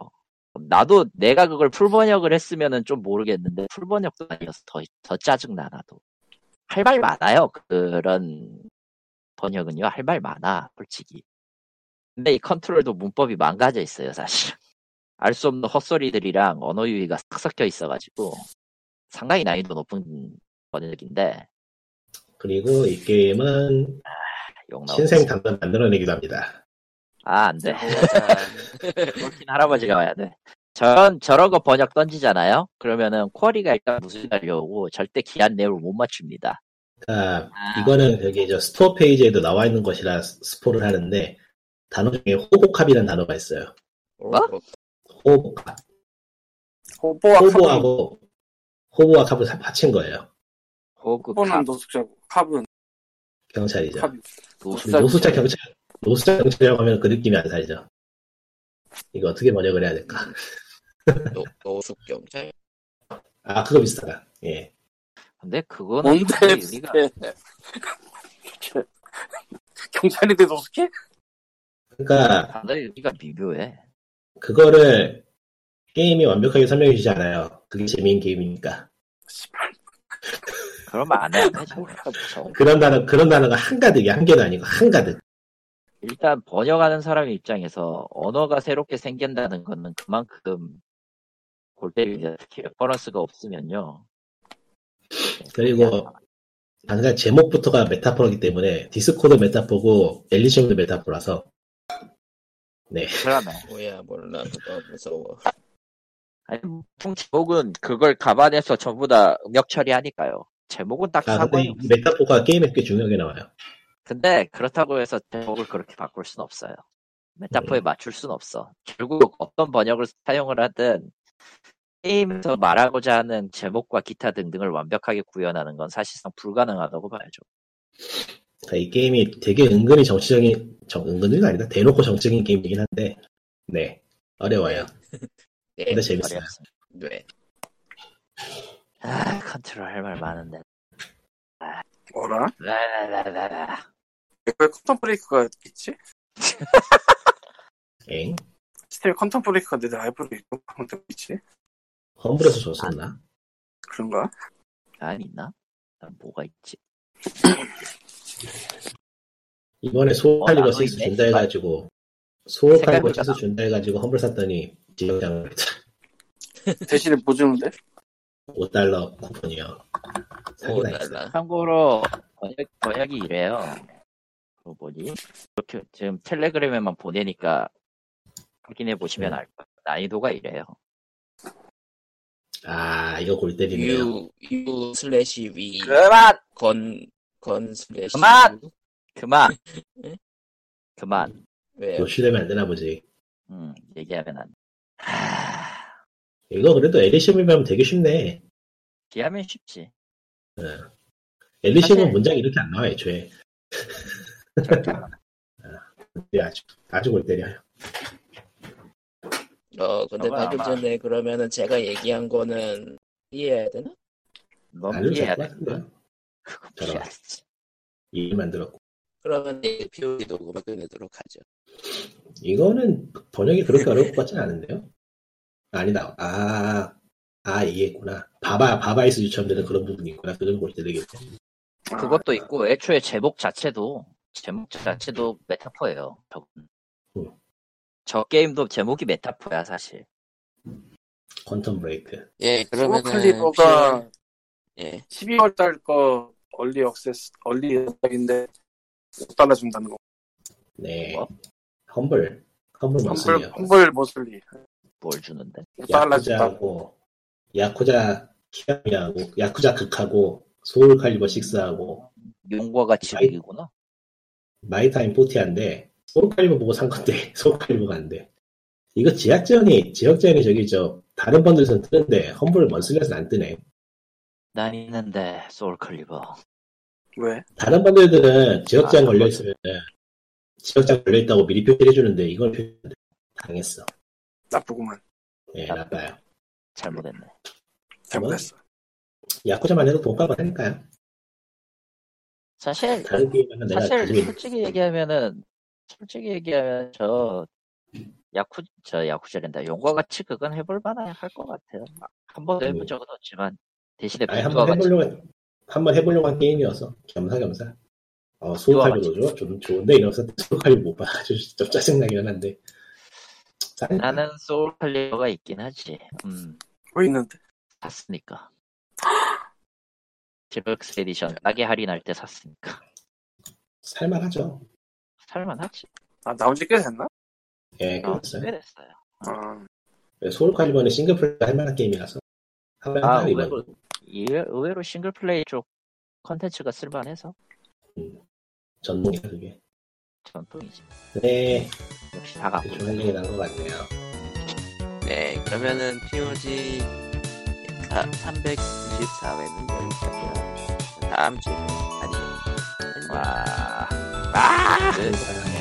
[SPEAKER 2] 나도 내가 그걸 풀번역을 했으면은 좀 모르겠는데, 풀번역도 아니어서 더, 더 짜증나, 나도. 할 말 많아요, 그런 번역은요. 할 말 많아, 솔직히. 근데 이 컨트롤도 문법이 망가져 있어요, 사실. 알 수 없는 헛소리들이랑 언어 유희가 싹 섞여 있어가지고, 상당히 난이도 높은 번역인데,
[SPEAKER 4] 그리고 이 게임은
[SPEAKER 2] 욕 나오고.
[SPEAKER 4] 신생 단어 만들어내기도 합니다.
[SPEAKER 2] 아, 안 돼.
[SPEAKER 1] 자,
[SPEAKER 2] 그렇긴 할아버지가 와야 돼. 저런, 저런 거 번역 던지잖아요? 그러면은 쿼리가 일단 무슨 날려오고 절대 기한 내용을 못 맞춥니다.
[SPEAKER 4] 그러니까
[SPEAKER 2] 아,
[SPEAKER 4] 이거는 여기 저 스토어 페이지에도 나와 있는 것이라 스포를 하는데 단어 중에 호복합이라는 단어가 있어요.
[SPEAKER 2] 뭐?
[SPEAKER 4] 호복합.
[SPEAKER 3] 호보와 카본.
[SPEAKER 4] 호보하고 호보와 합을 합친 거예요.
[SPEAKER 2] 호그
[SPEAKER 3] 호보는
[SPEAKER 2] 카
[SPEAKER 3] 노숙자고 카본
[SPEAKER 4] 경찰이죠.
[SPEAKER 3] 카빈.
[SPEAKER 2] 노숙자
[SPEAKER 4] 노숙자 경찰, 노숙자 경찰이라고 하면 그 느낌이 안 살죠. 이거 어떻게 번역을 해야 될까?
[SPEAKER 1] 노, 노숙 경찰?
[SPEAKER 4] 아, 그거 비슷하다. 예.
[SPEAKER 2] 근데 그거는
[SPEAKER 3] 뭔데?
[SPEAKER 2] 거의 우리가
[SPEAKER 3] 비슷해. 경찰인데 노숙해?
[SPEAKER 4] 그러니까
[SPEAKER 2] 다들 우리가 미묘해.
[SPEAKER 4] 그거를 게임이 완벽하게 설명해 주지 않아요. 그게 재미있는 게임이니까.
[SPEAKER 2] 그러면 안 해. 안 해, 저거. 뭐 저거.
[SPEAKER 4] 그런 단어, 그런 단어가 한가득이야. 한 개도 아니고 한가득.
[SPEAKER 2] 일단 번역하는 사람 입장에서 언어가 새롭게 생긴다는 거는 그만큼 골때리는 특히 레퍼런스가 없으면요. 네,
[SPEAKER 4] 그리고 당장 제목부터가 메타포이기 때문에 디스코드 메타포고 엘리시움도 메타포라서
[SPEAKER 2] 그러네.
[SPEAKER 1] 뭐야 몰라 그거 무서워
[SPEAKER 2] 아니, 뭐, 보통 제목은 그걸 감안해서 전부 다 음역 처리하니까요. 제목은 딱히
[SPEAKER 4] 아, 근데
[SPEAKER 2] 상관이
[SPEAKER 4] 이
[SPEAKER 2] 없어요.
[SPEAKER 4] 메타포가 게임에 꽤 중요하게 나와요.
[SPEAKER 2] 근데 그렇다고 해서 제목을 그렇게 바꿀 순 없어요. 메타포에
[SPEAKER 4] 네.
[SPEAKER 2] 맞출 순 없어. 결국 어떤 번역을 사용을 하든 게임에서 말하고자 하는 제목과 기타 등등을 완벽하게 구현하는 건 사실상 불가능하다고 봐야죠.
[SPEAKER 4] 그러니까 이 게임이 되게 은근히 정치적인, 정, 은근히가 아니다. 대놓고 정치적인 게임이긴 한데, 네. 어려워요.
[SPEAKER 1] 네,
[SPEAKER 4] 근데 재밌어요.
[SPEAKER 2] 어렵습니다.
[SPEAKER 1] 네.
[SPEAKER 2] 아, 컨트롤 할 말 많은데.
[SPEAKER 3] 뭐라?
[SPEAKER 2] 라라라라라.
[SPEAKER 3] 왜 컨텀 브레이크가 있지?
[SPEAKER 4] 엥?
[SPEAKER 3] 스팀 컨텀 브레이크가 내 라이브로 있고 컨텀 있지?
[SPEAKER 2] 아,
[SPEAKER 4] 험블에서 줬었나?
[SPEAKER 3] 그런가?
[SPEAKER 2] 아니 있나? 난 뭐가 있지?
[SPEAKER 4] 이번에
[SPEAKER 2] 어,
[SPEAKER 4] 소울리버
[SPEAKER 2] 나도
[SPEAKER 4] 6
[SPEAKER 2] 있네.
[SPEAKER 4] 준다 해가지고, 소울리버
[SPEAKER 2] 생각보다
[SPEAKER 4] 6 준다 해가지고 험블 샀더니, 지역장
[SPEAKER 3] 대신에 뭐 주는데?
[SPEAKER 4] 5달러 쿠폰이요.
[SPEAKER 1] 오
[SPEAKER 4] 사기다 했어.
[SPEAKER 1] 달라
[SPEAKER 2] 참고로 번역, 번역이 이래요. 그 뭐니? 이렇게 지금 텔레그램에만 보내니까 확인해 보시면
[SPEAKER 4] 음.
[SPEAKER 2] 알 거예요. 난이도가 이래요.
[SPEAKER 4] 아, 이거 골 때리네요.
[SPEAKER 1] U U 슬래시 V
[SPEAKER 2] 그만,
[SPEAKER 1] 건건 슬래시
[SPEAKER 2] 그만!
[SPEAKER 1] U?
[SPEAKER 2] 그만,
[SPEAKER 1] 응?
[SPEAKER 2] 그만.
[SPEAKER 1] 왜요?
[SPEAKER 4] 노출되면 안 되나 보지.
[SPEAKER 2] 음, 얘기하면 안. 돼. 하...
[SPEAKER 4] 이거 그래도 엘리시움이면 되게 쉽네.
[SPEAKER 2] 얘기하면 쉽지.
[SPEAKER 4] 엘리시움은
[SPEAKER 2] 사실- 그렇죠.
[SPEAKER 4] 문장이 이렇게 안 나와, 애초에.
[SPEAKER 2] 절대 안 와.
[SPEAKER 4] 네, 아주, 아주 골 때려요.
[SPEAKER 1] 어 근데
[SPEAKER 2] 아마,
[SPEAKER 1] 방금
[SPEAKER 2] 아마.
[SPEAKER 1] 전에 그러면은 제가 얘기한 거는 이해해야 되나?
[SPEAKER 2] 넌
[SPEAKER 4] 알려줄
[SPEAKER 2] 이해해야
[SPEAKER 4] 것
[SPEAKER 2] 돼.
[SPEAKER 4] 같은데.
[SPEAKER 2] 그거
[SPEAKER 4] 저런.
[SPEAKER 2] 피해야지.
[SPEAKER 4] 일 만들었고.
[SPEAKER 1] 그러면 이 POD 녹음을 끝내도록 하죠
[SPEAKER 4] 이거는 번역이 그렇게 어려울 것 같진 않은데요? 아니다. 아, 아, 이해했구나. 바바, 바바이스 유치원들은 그런 부분이 있구나. 그 정도 때리겠네.
[SPEAKER 3] 아,
[SPEAKER 2] 그것도 있고 애초에 제목 자체도 제목 자체도 메타포예요. 저,
[SPEAKER 4] 음.
[SPEAKER 2] 저 게임도 제목이 메타포야 사실.
[SPEAKER 4] 퀀텀 브레이크.
[SPEAKER 1] 예 그러면은
[SPEAKER 3] 소클리버가
[SPEAKER 1] 예
[SPEAKER 3] 12월 달 거 얼리 액세스 얼리 액세스인데 5달러 준다는 거.
[SPEAKER 4] 네.
[SPEAKER 2] 뭐?
[SPEAKER 4] 험블. 험블
[SPEAKER 3] 험블
[SPEAKER 4] 머슬이요.
[SPEAKER 3] 험블 모슬리
[SPEAKER 2] 뭘 주는데?
[SPEAKER 3] 5달러 준다.
[SPEAKER 4] 야쿠자하고, 야쿠자 키아미하고, 야쿠자 극하고, 소울 칼리버 6하고,
[SPEAKER 2] 용과가 지옥이구나.
[SPEAKER 4] 마이타임 포티안데, 소울 칼리버 보고 산 건데, 소울 칼리버가 안 돼. 이거 지역 제한이, 지역 제한이 저기 저, 다른 번들에서는 뜨는데, 험블 머슬에서는 안 뜨네.
[SPEAKER 2] 난 있는데 소울 칼리버.
[SPEAKER 3] 왜?
[SPEAKER 4] 다른 번들들은 지역장
[SPEAKER 2] 아,
[SPEAKER 4] 걸려 있으면 지역장 걸려 있다고 미리 표시를 해주는데 이걸 표시 안 돼. 당했어.
[SPEAKER 3] 나쁘구만.
[SPEAKER 4] 예,
[SPEAKER 2] 아.
[SPEAKER 4] 나빠요.
[SPEAKER 2] 잘못했네.
[SPEAKER 3] 잘못했어.
[SPEAKER 4] 야쿠자만 해도 돈값 아닐까요?
[SPEAKER 2] 사실
[SPEAKER 4] 다른 게임은 그 내가
[SPEAKER 2] 사실
[SPEAKER 4] 가지고
[SPEAKER 2] 솔직히 얘기하면은 솔직히 얘기하면 저 야쿠 저 야쿠자랜다 용과 같이 그건 해볼 만할 것 같아요. 한 번도 해본
[SPEAKER 4] 음.
[SPEAKER 2] 적은 없지만 대신에
[SPEAKER 4] 아니
[SPEAKER 2] 백두와
[SPEAKER 4] 한번
[SPEAKER 2] 같이
[SPEAKER 4] 해보려고 한번 해보려고 한 게임이어서 겸사겸사. 어, 소울칼리도 좋아, 좀 좋은데 이러면서 소울칼리 못 봐. 좀, 좀 짜증나기는 한데. 짠.
[SPEAKER 2] 나는 소울 칼리버가 있긴 하지. 음.
[SPEAKER 3] 왜 있는데?
[SPEAKER 2] 샀으니까. 디럭스 에디션 싸게 할인할 때 샀으니까
[SPEAKER 4] 살만하죠.
[SPEAKER 2] 살만하지.
[SPEAKER 3] 아 나온 지 꽤 됐나?
[SPEAKER 4] 예,
[SPEAKER 2] 어,
[SPEAKER 4] 그랬어요.
[SPEAKER 2] 꽤 됐어요.
[SPEAKER 3] 아,
[SPEAKER 4] 소울 칼리버는 싱글플레이 할 만한 게임이라서. 하면
[SPEAKER 2] 아,
[SPEAKER 4] 아, 이거.
[SPEAKER 1] 의외로
[SPEAKER 2] 이- 의외로 싱글플레이 쪽 컨텐츠가 쓸만해서
[SPEAKER 4] 전문이야, 그게.
[SPEAKER 2] 전통이지.
[SPEAKER 4] 네,
[SPEAKER 2] 역시 다 갖고
[SPEAKER 4] 대충 할 얘기 나온 것 같네요.
[SPEAKER 1] 네 그러면은 POG 394회는 여기까지요 다음 주에 아니
[SPEAKER 2] 있는 거야.
[SPEAKER 1] 아!
[SPEAKER 4] 네, 사랑해요.